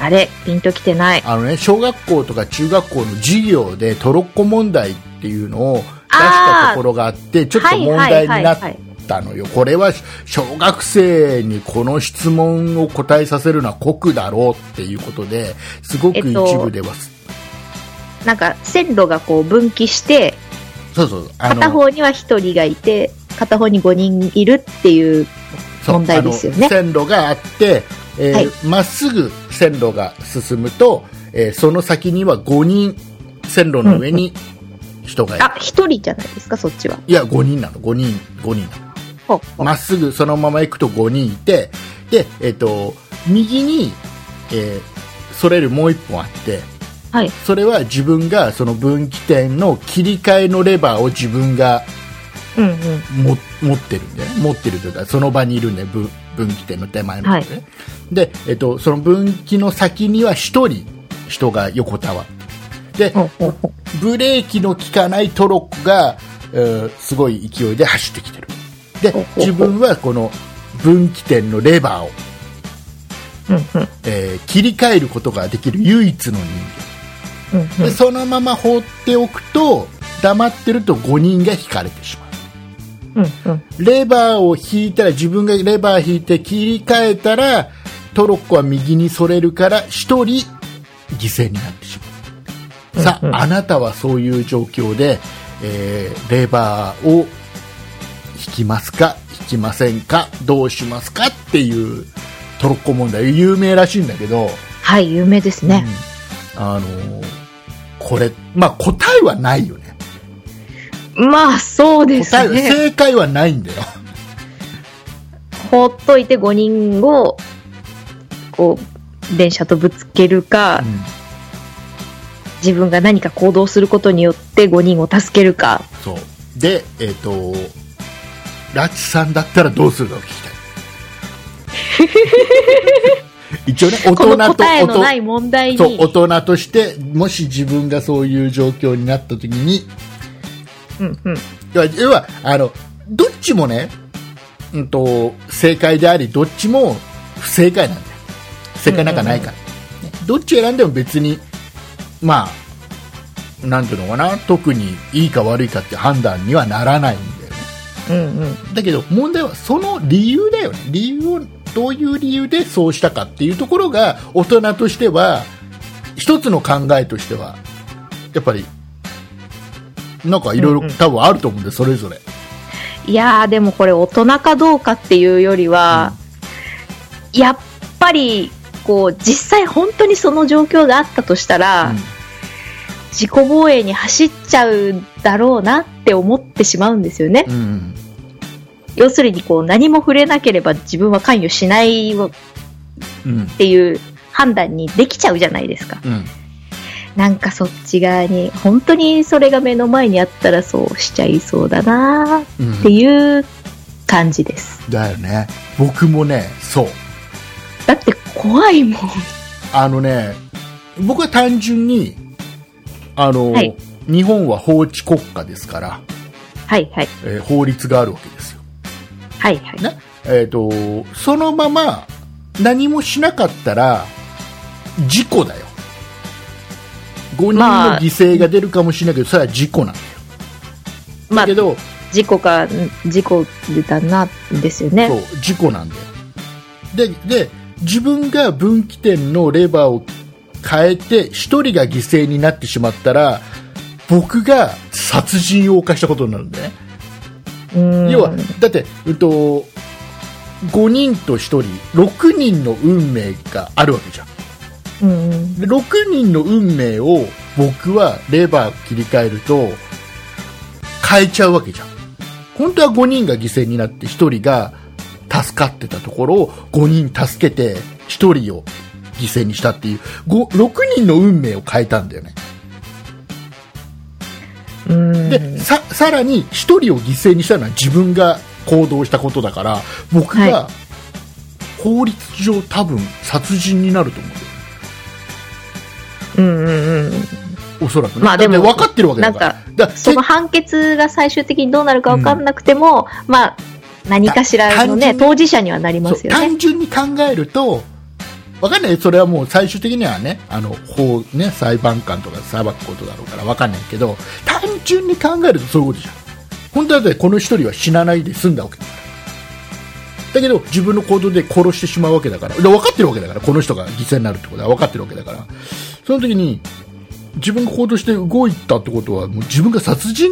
Speaker 3: あれ、ピンときてない。
Speaker 2: あのね小学校とか中学校の授業でトロッコ問題っていうのを出したところがあってちょっと問題になっ
Speaker 3: い。
Speaker 2: たのよこれは小学生にこの質問を答えさせるのは酷だろうっていうことですごく
Speaker 3: えっ
Speaker 2: 一
Speaker 3: と
Speaker 2: 部では、
Speaker 3: なんか、線路がこう分岐して、
Speaker 2: そうそうそうあの
Speaker 3: 片方には1人がいて片方に5人いるっていう
Speaker 2: そう
Speaker 3: 問題ですよね
Speaker 2: あの線路があって、えー
Speaker 3: はい
Speaker 2: まっすぐ線路が進むと、えーその先には5人線路の上に人がいる、
Speaker 3: あ一1人じゃないですかそっちはい
Speaker 2: や5人なの5人5人な
Speaker 3: ほう
Speaker 2: の
Speaker 3: ほう
Speaker 2: まっすぐそのまま行くと5人いてでえっ、と右に、えーそれるもう1本あって
Speaker 3: はい
Speaker 2: それは自分がその分岐点の切り替えのレバーを自分が
Speaker 3: うんうん。
Speaker 2: も持ってるんで、持ってるというか、その場にいるんで、分分岐点の手前まで、ねで、えっと、その分岐の先には一人、人が横たわって。で、
Speaker 3: ほうほうほう
Speaker 2: ブレーキの効かないトロッコが、えーすごい勢いで走ってきてる。で
Speaker 3: ほうほう、ほう
Speaker 2: 自分はこの分岐点のレバーを、
Speaker 3: うんうん
Speaker 2: えー切り替えることができる唯一の人
Speaker 3: うん
Speaker 2: 間。で、そのまま放っておくと、黙ってると5人が引かれてしまう。
Speaker 3: うんうん
Speaker 2: レバーを引いたら自分がレバー引いて切り替えたらトロッコは右にそれるから1人犠牲になってしまうさあ、あなたはそういう状況で、えーレバーを引きますか引きませんかどうしますかっていうトロッコ問題有名らしいんだけど、
Speaker 3: はい、有名ですね。
Speaker 2: うんあのーこれ、まあ、答えはないよね
Speaker 3: まあ、そうです
Speaker 2: 答えは
Speaker 3: ね。
Speaker 2: 正解はないんだよ
Speaker 3: 放っといて5人を、こう、電車とぶつけるか、
Speaker 2: うん
Speaker 3: 自分が何か行動することによって5人を助けるか。
Speaker 2: そうでえっ、とラチさんだったらどうするかを聞きたい 一応ね大
Speaker 3: この
Speaker 2: 人と
Speaker 3: 答えのな
Speaker 2: 大
Speaker 3: い問題
Speaker 2: 人そう
Speaker 3: に。
Speaker 2: 大人としてもし自分がそういう状況になった時に
Speaker 3: うんうん。
Speaker 2: 要は要はあのどっちもね、うん、と正解でありどっちも不正解なんだよ正解なんかないから、ねどっち選んでも別にまあなんていうのかな特にいいか悪いかって判断にはならないんだよね
Speaker 3: うんうん。
Speaker 2: だけど問題はその理由だよね理由をどういう理由でそうしたかっていうところが大人としては一つの考えとしてはやっぱりなんかいろい
Speaker 3: うんう
Speaker 2: ろ
Speaker 3: ん
Speaker 2: 多分あると思うんでそれぞれ
Speaker 3: いやー、でもこれ大人かどうかっていうよりは、やっぱり、こう、実際本当にその状況があったとしたら、自己防衛に走っちゃうだろうなって思ってしまうんですよね。
Speaker 2: うんうん
Speaker 3: 要するにこう何も触れなければ自分は関与しないっ
Speaker 2: うん
Speaker 3: ていう判断にできちゃうじゃないですか。
Speaker 2: うん
Speaker 3: なんかそっち側に、本当にそれが目の前にあったらそうしちゃいそうだなー
Speaker 2: う
Speaker 3: って
Speaker 2: ん
Speaker 3: いう感じです。
Speaker 2: だよね僕もねそう
Speaker 3: だって怖いもん。
Speaker 2: あのね僕は単純にあの、
Speaker 3: はい
Speaker 2: 日本は法治国家ですから、
Speaker 3: はいはい。
Speaker 2: えー法律があるわけですよ
Speaker 3: はいはい。
Speaker 2: ねえー、とそのまま何もしなかったら事故だよ5人の
Speaker 3: まあ
Speaker 2: 犠牲が出るかもしれないけど、それは事故なんだ
Speaker 3: まあ
Speaker 2: け、ど、
Speaker 3: 事故か、事故だな、ですよね。
Speaker 2: そう事故なんだよでで自分が分岐点のレバーを変えて1人が犠牲になってしまったら僕が殺人を犯したことになるんだね
Speaker 3: うん
Speaker 2: 要はだって、うんと、5人と1人6人の運命があるわけじゃん
Speaker 3: うんうん。
Speaker 2: で6人の運命を僕はレバー切り替えると変えちゃうわけじゃん本当は5人が犠牲になって1人が助かってたところを5人助けて1人を犠牲にしたっていうご6人の運命を変えたんだよね
Speaker 3: うん。
Speaker 2: でささらに1人を犠牲にしたのは自分が行動したことだから僕
Speaker 3: は
Speaker 2: が法律上多分殺人になると思うよ
Speaker 3: うんうんうん。
Speaker 2: おそらくね、
Speaker 3: まあでも
Speaker 2: だって分かってるわけだから
Speaker 3: な
Speaker 2: だから
Speaker 3: その判決が最終的にどうなるか分かんなくても、まあ、何かしらの
Speaker 2: た
Speaker 3: ね、
Speaker 2: 単純に
Speaker 3: 当事者にはなりま
Speaker 2: そう
Speaker 3: すよね。
Speaker 2: 単純に考えるとわかんないそれはもう最終的にはねあの法ね裁判官とか裁くことだろうからわかんないけど単純に考えるとそういうことじゃん本当はだってこの一人は死なないで済んだわけだからだけど自分の行動で殺してしまうわけだからで分かってるわけだからこの人が犠牲になるってことは分かってるわけだからその時に自分が行動して動いたってことはもう自分が殺人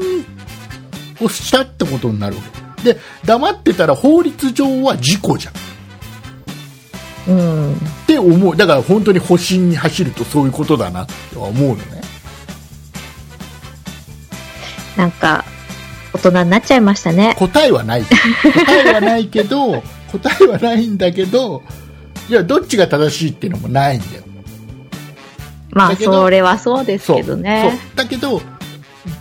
Speaker 2: をしたってことになるわけで黙ってたら法律上は事故じゃん
Speaker 3: うん。
Speaker 2: って思うだから本当に保身に走るとそういうことだなとは思うのね
Speaker 3: なんか、大人になっちゃいましたね。
Speaker 2: 答えはない答えはないけど答えはないんだけどいやどっちが正しいっていうのもないんだよ
Speaker 3: まあ、
Speaker 2: だけど
Speaker 3: それはそうですけどね。
Speaker 2: そうだけど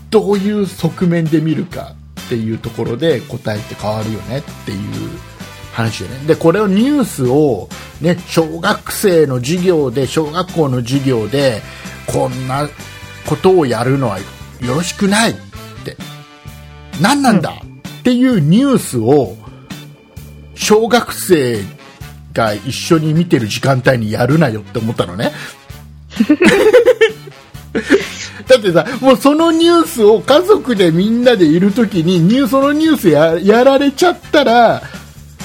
Speaker 2: どういう側面で見るかっていうところで答えって変わるよねっていう話でねでこれをニュースを、ね、小学生の授業で小学校の授業でこんなことをやるのはよろしくないって何なんだ、っていうニュースを小学生が一緒に見てる時間帯にやるなよって思ったのね。だってさ、もうそのニュースを家族でみんなでいるときにニュー、そのニュースややられちゃったら、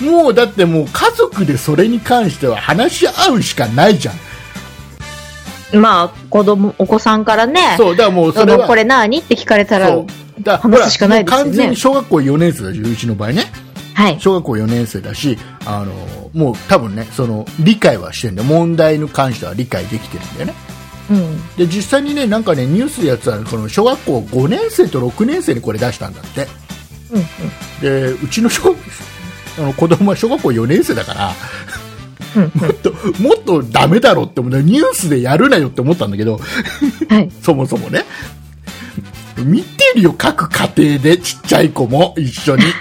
Speaker 2: もうだってもう家族でそれに関しては話し合うしかないじゃん。
Speaker 3: まあ、子供、お子さんからね、
Speaker 2: そう、だからもうそれ
Speaker 3: あの
Speaker 2: は。
Speaker 3: これ何って聞かれたら、
Speaker 2: そうだから
Speaker 3: 話すしかないです
Speaker 2: ほ
Speaker 3: よね
Speaker 2: らもう完全に小学校4年生だし、うちの場合ね。
Speaker 3: はい。
Speaker 2: 小学校4年生だし、あの、もう多分ね、その、理解はしてるんだよ。問題に関しては理解できてるんだよね。
Speaker 3: うん。
Speaker 2: で実際にねなんかねニュースでやってたのこの小学校5年生と6年生にこれ出したんだって
Speaker 3: うんうん。
Speaker 2: でうちの小 学あの子供は小学校4年生だから
Speaker 3: うん
Speaker 2: もっともっとダメだろって思ってニュースでやるなよって思ったんだけど
Speaker 3: はい。
Speaker 2: そもそもね見てるよ各家庭でちっちゃい子も一緒に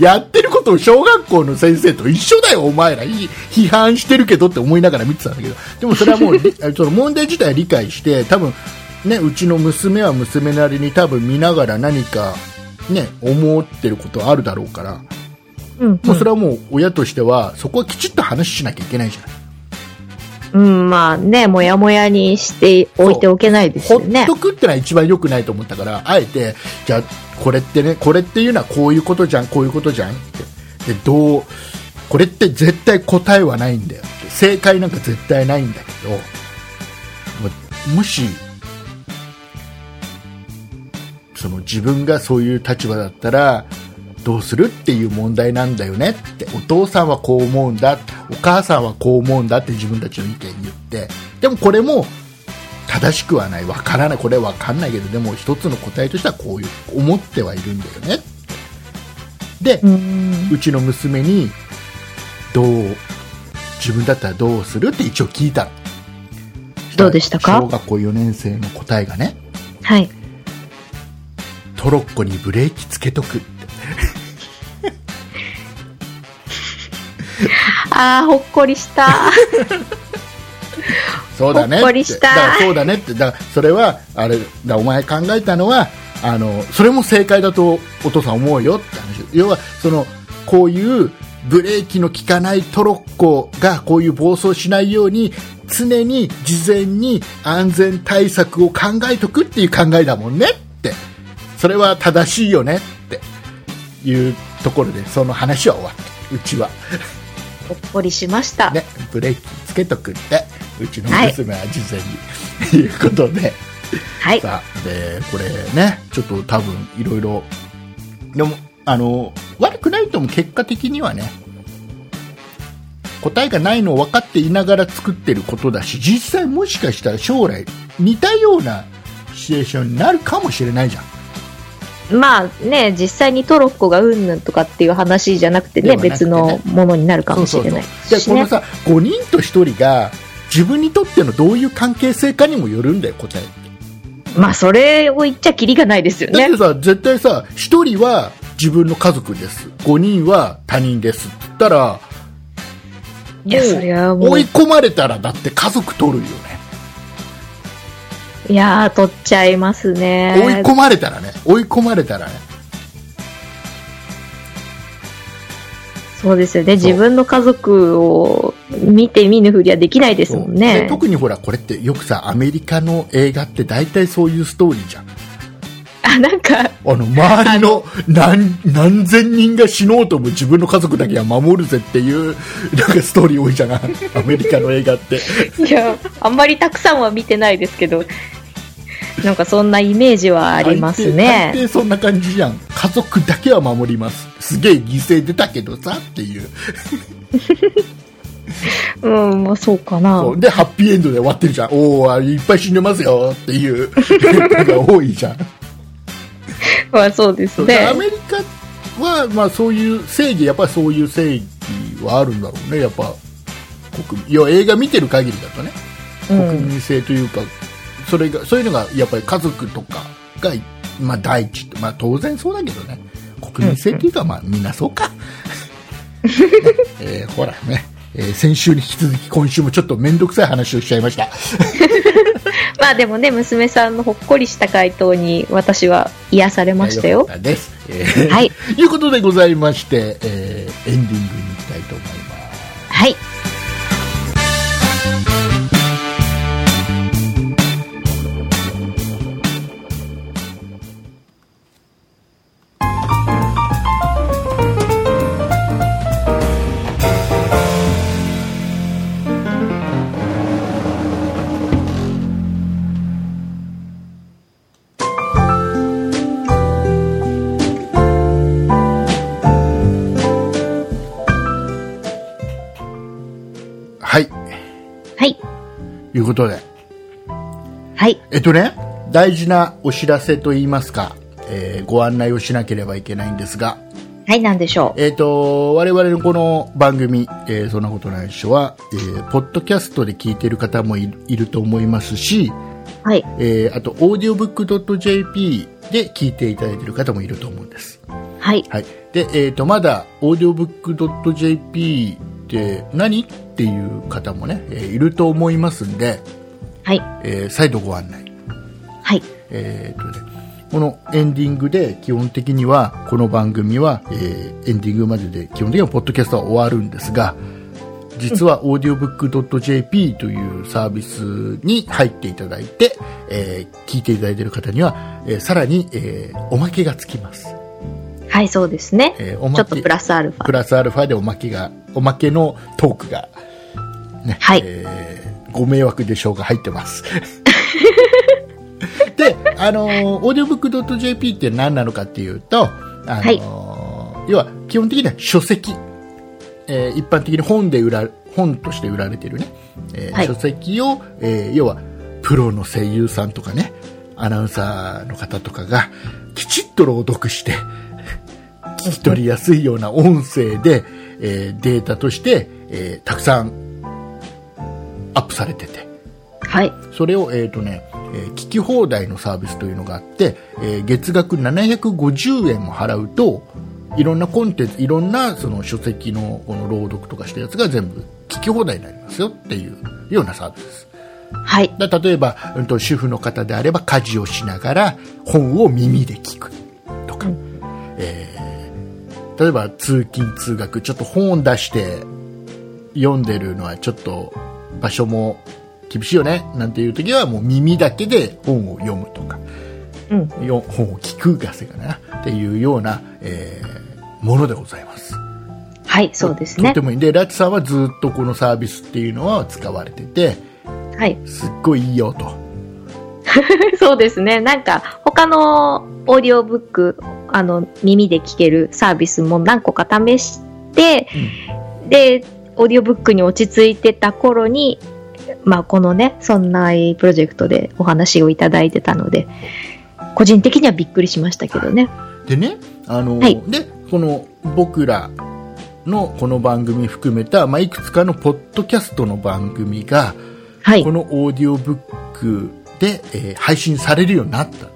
Speaker 2: やってることを小学校の先生と一緒だよお前らいい批判してるけどって思いながら見てたんだけどでもそれはもうりその問題自体理解して多分ねうちの娘は娘なりに多分見ながら何かね思ってることはあるだろうから
Speaker 3: うん、
Speaker 2: もうそれはもう親としてはそこはきちっと話しなきゃいけないじゃない
Speaker 3: うん、まあね、もやもやにしておいておけないです
Speaker 2: ほ
Speaker 3: よ
Speaker 2: っ
Speaker 3: ね
Speaker 2: と。くってのは一番良くないと思ったから、あえて、じゃあ、これってね、これっていうのはこういうことじゃん、こういうことじゃんって。で、どう、これって絶対答えはないんだよって。正解なんか絶対ないんだけど、ももし、その自分がそういう立場だったら、どうするっていう問題なんだよねって、お父さんはこう思うんだ、お母さんはこう思うんだって自分たちの意見言って、でもこれも正しくはない、わからない、これわかんないけど、でも一つの答えとしてはこういう、思ってはいるんだよね。で
Speaker 3: う、ん。
Speaker 2: うちの娘に、どう、自分だったらどうするって一応聞いたの
Speaker 3: どうでしたか
Speaker 2: 小学校4年生の答えがね、
Speaker 3: はい。
Speaker 2: トロッコにブレーキつけとくって。
Speaker 3: ああ、ほっこり した。
Speaker 2: そうだねって。
Speaker 3: ほっこりした
Speaker 2: だからそうだねって。だからそれは、あれ、だお前考えたのは、あの、それも正解だとお父さん思うよって話。要は、その、こういうブレーキの効かないトロッコがこういう暴走しないように、常に事前に安全対策を考えとくっていう考えだもんねって。それは正しいよねっていうところで、その話は終わった。うちは。
Speaker 3: ほっこりしました。
Speaker 2: ね、ブレーキつけとくってうちの娘は事前に、い、うことで
Speaker 3: はい。
Speaker 2: さあでこれねちょっと多分いろいろでもあの悪くないとも結果的にはね答えがないのを分かっていながら作ってることだし実際もしかしたら将来似たようなシチュエーションになるかもしれないじゃん
Speaker 3: まあね、実際にトロッコがうんぬんとかっていう話じゃなくて
Speaker 2: で
Speaker 3: ね、
Speaker 2: はなくてね
Speaker 3: 別のものになるかもしれない
Speaker 2: そうそう
Speaker 3: し
Speaker 2: そうでこ
Speaker 3: ね
Speaker 2: の。さ5人と1人が自分にとってのどういう関係性かにもよるんだよ答えって
Speaker 3: まあそれを言っちゃキリがないですよ
Speaker 2: だっ
Speaker 3: ね
Speaker 2: て。さ、絶対さ、一人は自分の家族です。5人は他人ですって言ったら、
Speaker 3: いや、
Speaker 2: もう
Speaker 3: それはもう
Speaker 2: 追い、込まれたらだって家族取るよね。
Speaker 3: いやー、取っちゃいますね。
Speaker 2: 追い込まれたらね。追い込まれたらね。
Speaker 3: そうですよね。
Speaker 2: そう
Speaker 3: 自分の家族を見て見ぬふりはできないですもん
Speaker 2: で
Speaker 3: ね。
Speaker 2: 特にほら、これってよくさ、アメリカの映画って大体そういうストーリーじゃん。
Speaker 3: あ、なんか、
Speaker 2: あの、周り の何、何千人が死のうとも自分の家族だけは守るぜっていう、なんかストーリー多いじゃ ない。アメリカの映画って。
Speaker 3: いや、あんまりたくさんは見てないですけど、なんかそんなイメージはあります
Speaker 2: 大抵
Speaker 3: ね。
Speaker 2: 大抵そんな感じじゃん家族だけは守りますすげえ犠牲出たけどさっていう
Speaker 3: うん、まあそうかな。
Speaker 2: そうでハッピーエンドで終わってるじゃんおおいっぱい死んでますよっていうのが多いじゃん
Speaker 3: まあそうです
Speaker 2: そう
Speaker 3: ね
Speaker 2: ア。メリカは、まあ、そういう正義やっぱりそういう正義はあるんだろうねやっぱ国民いや映画見てる限りだとね
Speaker 3: う
Speaker 2: 国
Speaker 3: ん、
Speaker 2: 民性というか、それがそういうのがやっぱり家族とかがまあ、大地って、まあ、当然そうだけどね国民性っていうか、まあ、みんなそうか、 ねえーほらね、えー先週に引き続き今週もちょっと面倒くさい話をしちゃいました
Speaker 3: まあでもね、娘さんのほっこりした回答に私は癒されましたよ
Speaker 2: か。ったです、えー
Speaker 3: はい。
Speaker 2: ということでございまして、えーエンディングに行きたいと思います
Speaker 3: はい。
Speaker 2: はい
Speaker 3: はい。
Speaker 2: ということで
Speaker 3: はい。
Speaker 2: えっとね、大事なお知らせといいますか、えーご案内をしなければいけないんですが、
Speaker 3: はい、なんでしょう。
Speaker 2: えっ、と、我々のこの番組、えーそんなことないっしょは、えーポッドキャストで聞いてる方もいるいると思いますし、
Speaker 3: はい。
Speaker 2: えーあと、オーディオブックドット JP で聞いていただいてる方もいると思うんです。
Speaker 3: はい。
Speaker 2: はい。で、えっ、と、まだ、オーディオブックドット JP って何っていう方もね、えーいると思いますんで、
Speaker 3: はい。
Speaker 2: えー再度ご案内。
Speaker 3: はい。
Speaker 2: えーっとね、このエンディングで基本的にはこの番組は、えーエンディングまでで基本的にはポッドキャストは終わるんですが実は audiobook.jp というサービスに入っていただいて、えー聞いていただいている方には、えーさらに、えーおまけがつきます、
Speaker 3: はい、そうですね。
Speaker 2: えーおま
Speaker 3: ち
Speaker 2: け
Speaker 3: ょっとプラスアルフ
Speaker 2: プ
Speaker 3: ァ。
Speaker 2: ラスアルファでおまけがおまけのトークが、ね
Speaker 3: はい
Speaker 2: えーご迷惑でしょうが入ってます であのオーディオブックドット JP って何なのかっていうとあの、
Speaker 3: はい
Speaker 2: 要は基本的には書籍、えー一般的に本で売ら本として売られてるね、えー
Speaker 3: はい
Speaker 2: 書籍を、えー要はプロの声優さんとかねアナウンサーの方とかがきちっと朗読して 聞き取りやすいような音声で、えーデータとして、えーたくさんアップされてて
Speaker 3: はい。
Speaker 2: それを、えーとねえー聞き放題のサービスというのがあって、えー月額750円も払うといろんなコンテンツいろんなその書籍のこの朗読とかしたやつが全部聞き放題になりますよっていうようなサービスです。
Speaker 3: はい。
Speaker 2: だ例えば、うん、と主婦の方であれば家事をしながら本を耳で聞くとか、
Speaker 3: う
Speaker 2: えー例えば通勤通学ちょっと本を出して読んでるのはちょっと場所も厳しいよねなんていう時はもう耳だけで本を読むとか
Speaker 3: うん。
Speaker 2: よ本を聞くがせかなっていうような、えーものでございます。
Speaker 3: はい、そうです
Speaker 2: と
Speaker 3: ね
Speaker 2: て。もいいでラチさんはずっとこのサービスっていうのは使われてて
Speaker 3: はい。
Speaker 2: すっごいいいよと。
Speaker 3: そうですね。なんか、他のオーディオブック、あの、耳で聞けるサービスも何個か試して、で、オーディオブックに落ち着いてた頃に、まあ、このね、そんなプロジェクトでお話をいただいてたので、個人的にはびっくりしましたけどね。
Speaker 2: でね、あの、
Speaker 3: はい
Speaker 2: で、この僕らのこの番組含めた、まあ、いくつかのポッドキャストの番組が、
Speaker 3: はい
Speaker 2: こ。のオーディオブックで、えー配信されるようになった。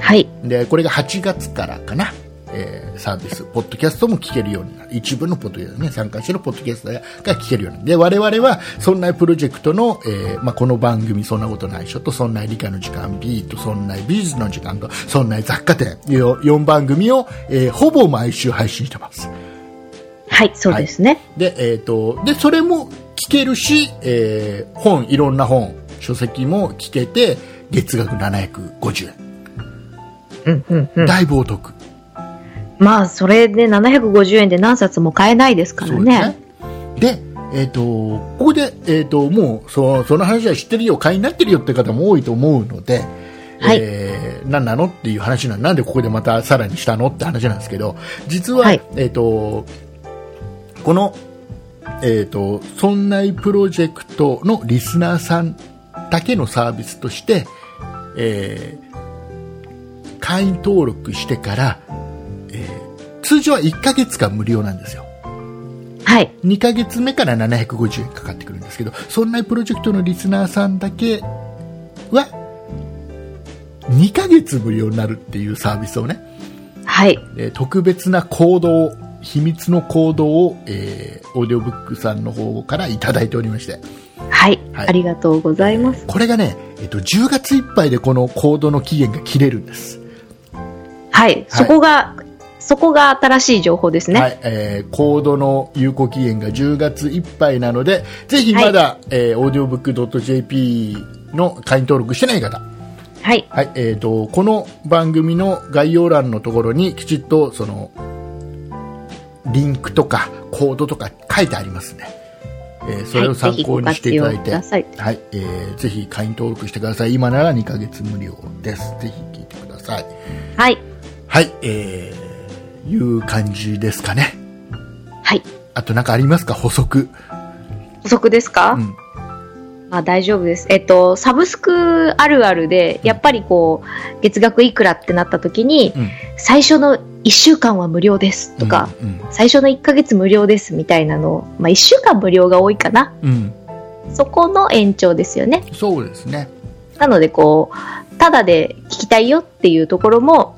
Speaker 3: はい。
Speaker 2: で、これが8月からかな。えーサービス、ポッドキャストも聞けるようになる。一部のポッドキャストね、参加してるポッドキャストが聞けるようになる。で、我々は、そんなプロジェクトの、えーまあ、この番組、そんなことないでしょと、そんな理科の時間、ビート、そんな美術の時間と、そんな雑貨店、4番組を、えーほぼ毎週配信してます。
Speaker 3: はい、そうですね。
Speaker 2: で、えっ、と、で、それも聞けるし、えー本、いろんな本、書籍も聞けて、月額750円。
Speaker 3: うん、うん、うん。
Speaker 2: だいぶお得。
Speaker 3: まあ、それで750円で何冊も買えないですからね。
Speaker 2: そうですね。で、えっ、と、ここで、えっ、と、もう、そその話は知ってるよ、会員になってるよって方も多いと思うので、
Speaker 3: はい
Speaker 2: えー何なのっていう話なんなんでここでまたさらにしたのって話なんですけど、実は、
Speaker 3: はい
Speaker 2: えっ、と、この、えっ、と、そんないプロジェクトのリスナーさんだけのサービスとして、えー会員登録してから、えー通常は1ヶ月間無料なんですよ。
Speaker 3: はい。
Speaker 2: 2ヶ月目から750円かかってくるんですけど、そんなプロジェクトのリスナーさんだけは、 2ヶ月無料になるっていうサービスをね、
Speaker 3: はい。
Speaker 2: えー特別な行動を秘密の行動を、えーオーディオブックさんの方からいただいておりまして
Speaker 3: はい。
Speaker 2: はい
Speaker 3: ありがとうございます。
Speaker 2: これがね、えっと10月いっぱいでこのコードの期限が切れるんです、
Speaker 3: はい。そこが、そこが新しい情報ですね。
Speaker 2: はいえーコードの有効期限が10月いっぱいなのでぜひまだ、えー、オーディオブックドット .jp の会員登録してない方
Speaker 3: はい。
Speaker 2: はい、えっ、と、この番組の概要欄のところにきちっと、その、リンクとかコードとか書いてありますね。えーそれを参考にしていただいて、
Speaker 3: はいぜひご活用くだ
Speaker 2: はい、えーぜひ会員登録してください。今なら2ヶ月無料です。ぜひ聞いてください。
Speaker 3: はい。
Speaker 2: はい、えー、いう感じですかね。
Speaker 3: はい。
Speaker 2: あとなんかありますか補足。
Speaker 3: 補足ですか、
Speaker 2: うん
Speaker 3: まあ大丈夫です。えっと、サブスクあるあるで、やっぱりこう、月額いくらってなった時に、
Speaker 2: うん
Speaker 3: 最初の1週間は無料ですとか、、
Speaker 2: うん、
Speaker 3: 最初の1ヶ月無料ですみたいなのを、まあ1週間無料が多いかな。
Speaker 2: うん、うん
Speaker 3: そこの延長ですよね。
Speaker 2: そうですね。
Speaker 3: なのでこう、ただで聞きたいよっていうところも、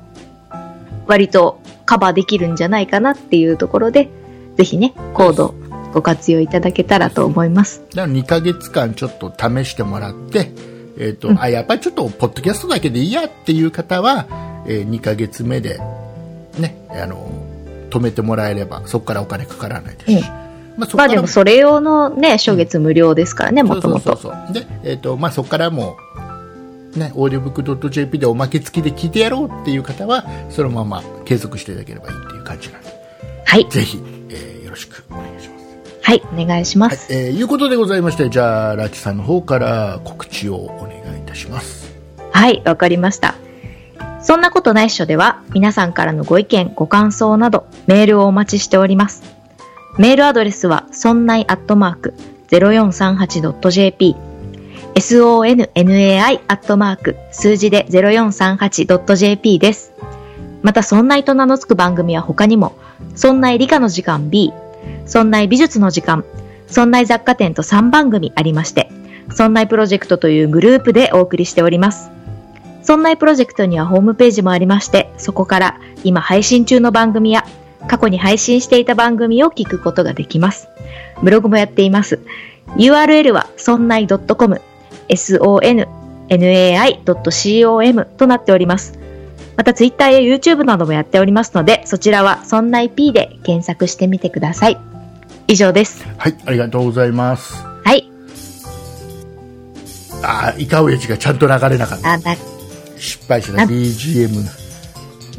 Speaker 3: 割とカバーできるんじゃないかなっていうところで、ぜひね、コードご活用いただけたらと思います。
Speaker 2: なので2ヶ月間ちょっと試してもらって、えっと
Speaker 3: うん
Speaker 2: あやっぱりちょっとポッドキャストだけでいいやっていう方は、え2ヶ月目で、ね、あの止めてもらえればそこからお金かからないですし、
Speaker 3: うん
Speaker 2: まあ、そこ
Speaker 3: ま
Speaker 2: か
Speaker 3: あで
Speaker 2: ら
Speaker 3: もそれ用のね、初月無料ですからね、
Speaker 2: そ
Speaker 3: も
Speaker 2: う
Speaker 3: と
Speaker 2: そう
Speaker 3: も
Speaker 2: そう
Speaker 3: と。
Speaker 2: そうで、えっとまあ、そこからもね、オーディオブックドット JP でおまけ付きで聞いてやろうっていう方はそのまま継続していただければいいっていう感じなんで
Speaker 3: はい。
Speaker 2: ぜひ、えーよろしくお願いします。
Speaker 3: はい、お願いしま
Speaker 2: はい
Speaker 3: す。、
Speaker 2: えーいうことでございましてじゃあラッキさんの方から告知をお願いいたします。
Speaker 3: はい、わかりました。そんなことないっしょでは、皆さんからのご意見、ご感想など、メールをお待ちしております。メールアドレスは、そんないアットマーク、0438.jp、sonnai アットマーク、数字で 0438.jp です。また、そんないと名の付く番組は他にも、そんない理科の時間 B、そんない美術の時間、そんない雑貨店と3番組ありまして、そんないプロジェクトというグループでお送りしております。そんないプロジェクトにはホームページもありまして、そこから今配信中の番組や過去に配信していた番組を聞くことができます。ブログもやっています。URL はそんない .com、sonnai.com となっております。また Twitter や YouTube などもやっておりますので、そちらはそんない P で検索してみてください。以上です。
Speaker 2: はい、ありがとうございます。
Speaker 3: はい。
Speaker 2: ああ、イカオヤジがちゃんと流れなかった。
Speaker 3: あな
Speaker 2: 失敗したな、
Speaker 3: な
Speaker 2: BGM。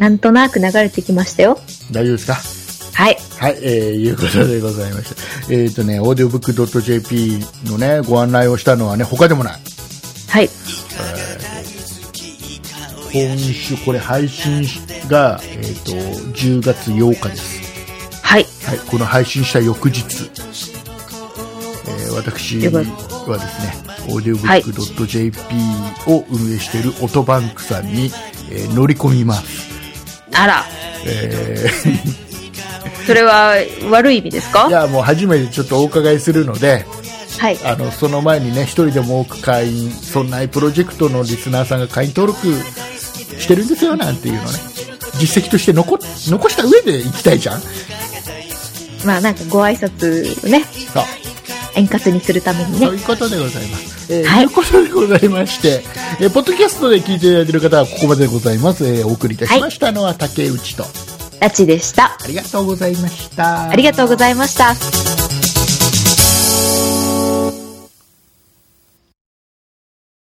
Speaker 3: なんとなく流れてきましたよ。
Speaker 2: 大丈夫ですか
Speaker 3: はい。
Speaker 2: はい、えー、いうことでございました。えっ、ー、とね、audiobook.jp のね、ご案内をしたのはね、他でもない。
Speaker 3: はい。
Speaker 2: 今週、これ配信が、えっ、と、10月8日です。
Speaker 3: はい。
Speaker 2: はい、この配信した翌日。えー私
Speaker 3: や
Speaker 2: は
Speaker 3: ばい
Speaker 2: ですね、audiobook.jp を運営しているオトバンクさんに、えー乗り込みます。
Speaker 3: あら、
Speaker 2: えー
Speaker 3: それは悪い意味ですか
Speaker 2: いやもう初めてちょっとお伺いするので
Speaker 3: はい。
Speaker 2: あのその前にね一人でも多く会員そんなプロジェクトのリスナーさんが会員登録してるんですよなんていうのね実績として残残した上で行きたいじゃん
Speaker 3: まあなんかご挨拶をね、
Speaker 2: さあ
Speaker 3: 円滑にするためにね
Speaker 2: そう。いうことでございます、えー
Speaker 3: はい
Speaker 2: ということでございまして、えーポッドキャストで聞いていただいている方はここまででございます、えーお送りいたしましたのは竹内と、
Speaker 3: ラチでした。
Speaker 2: ありがとうございました
Speaker 3: ありがとうございました。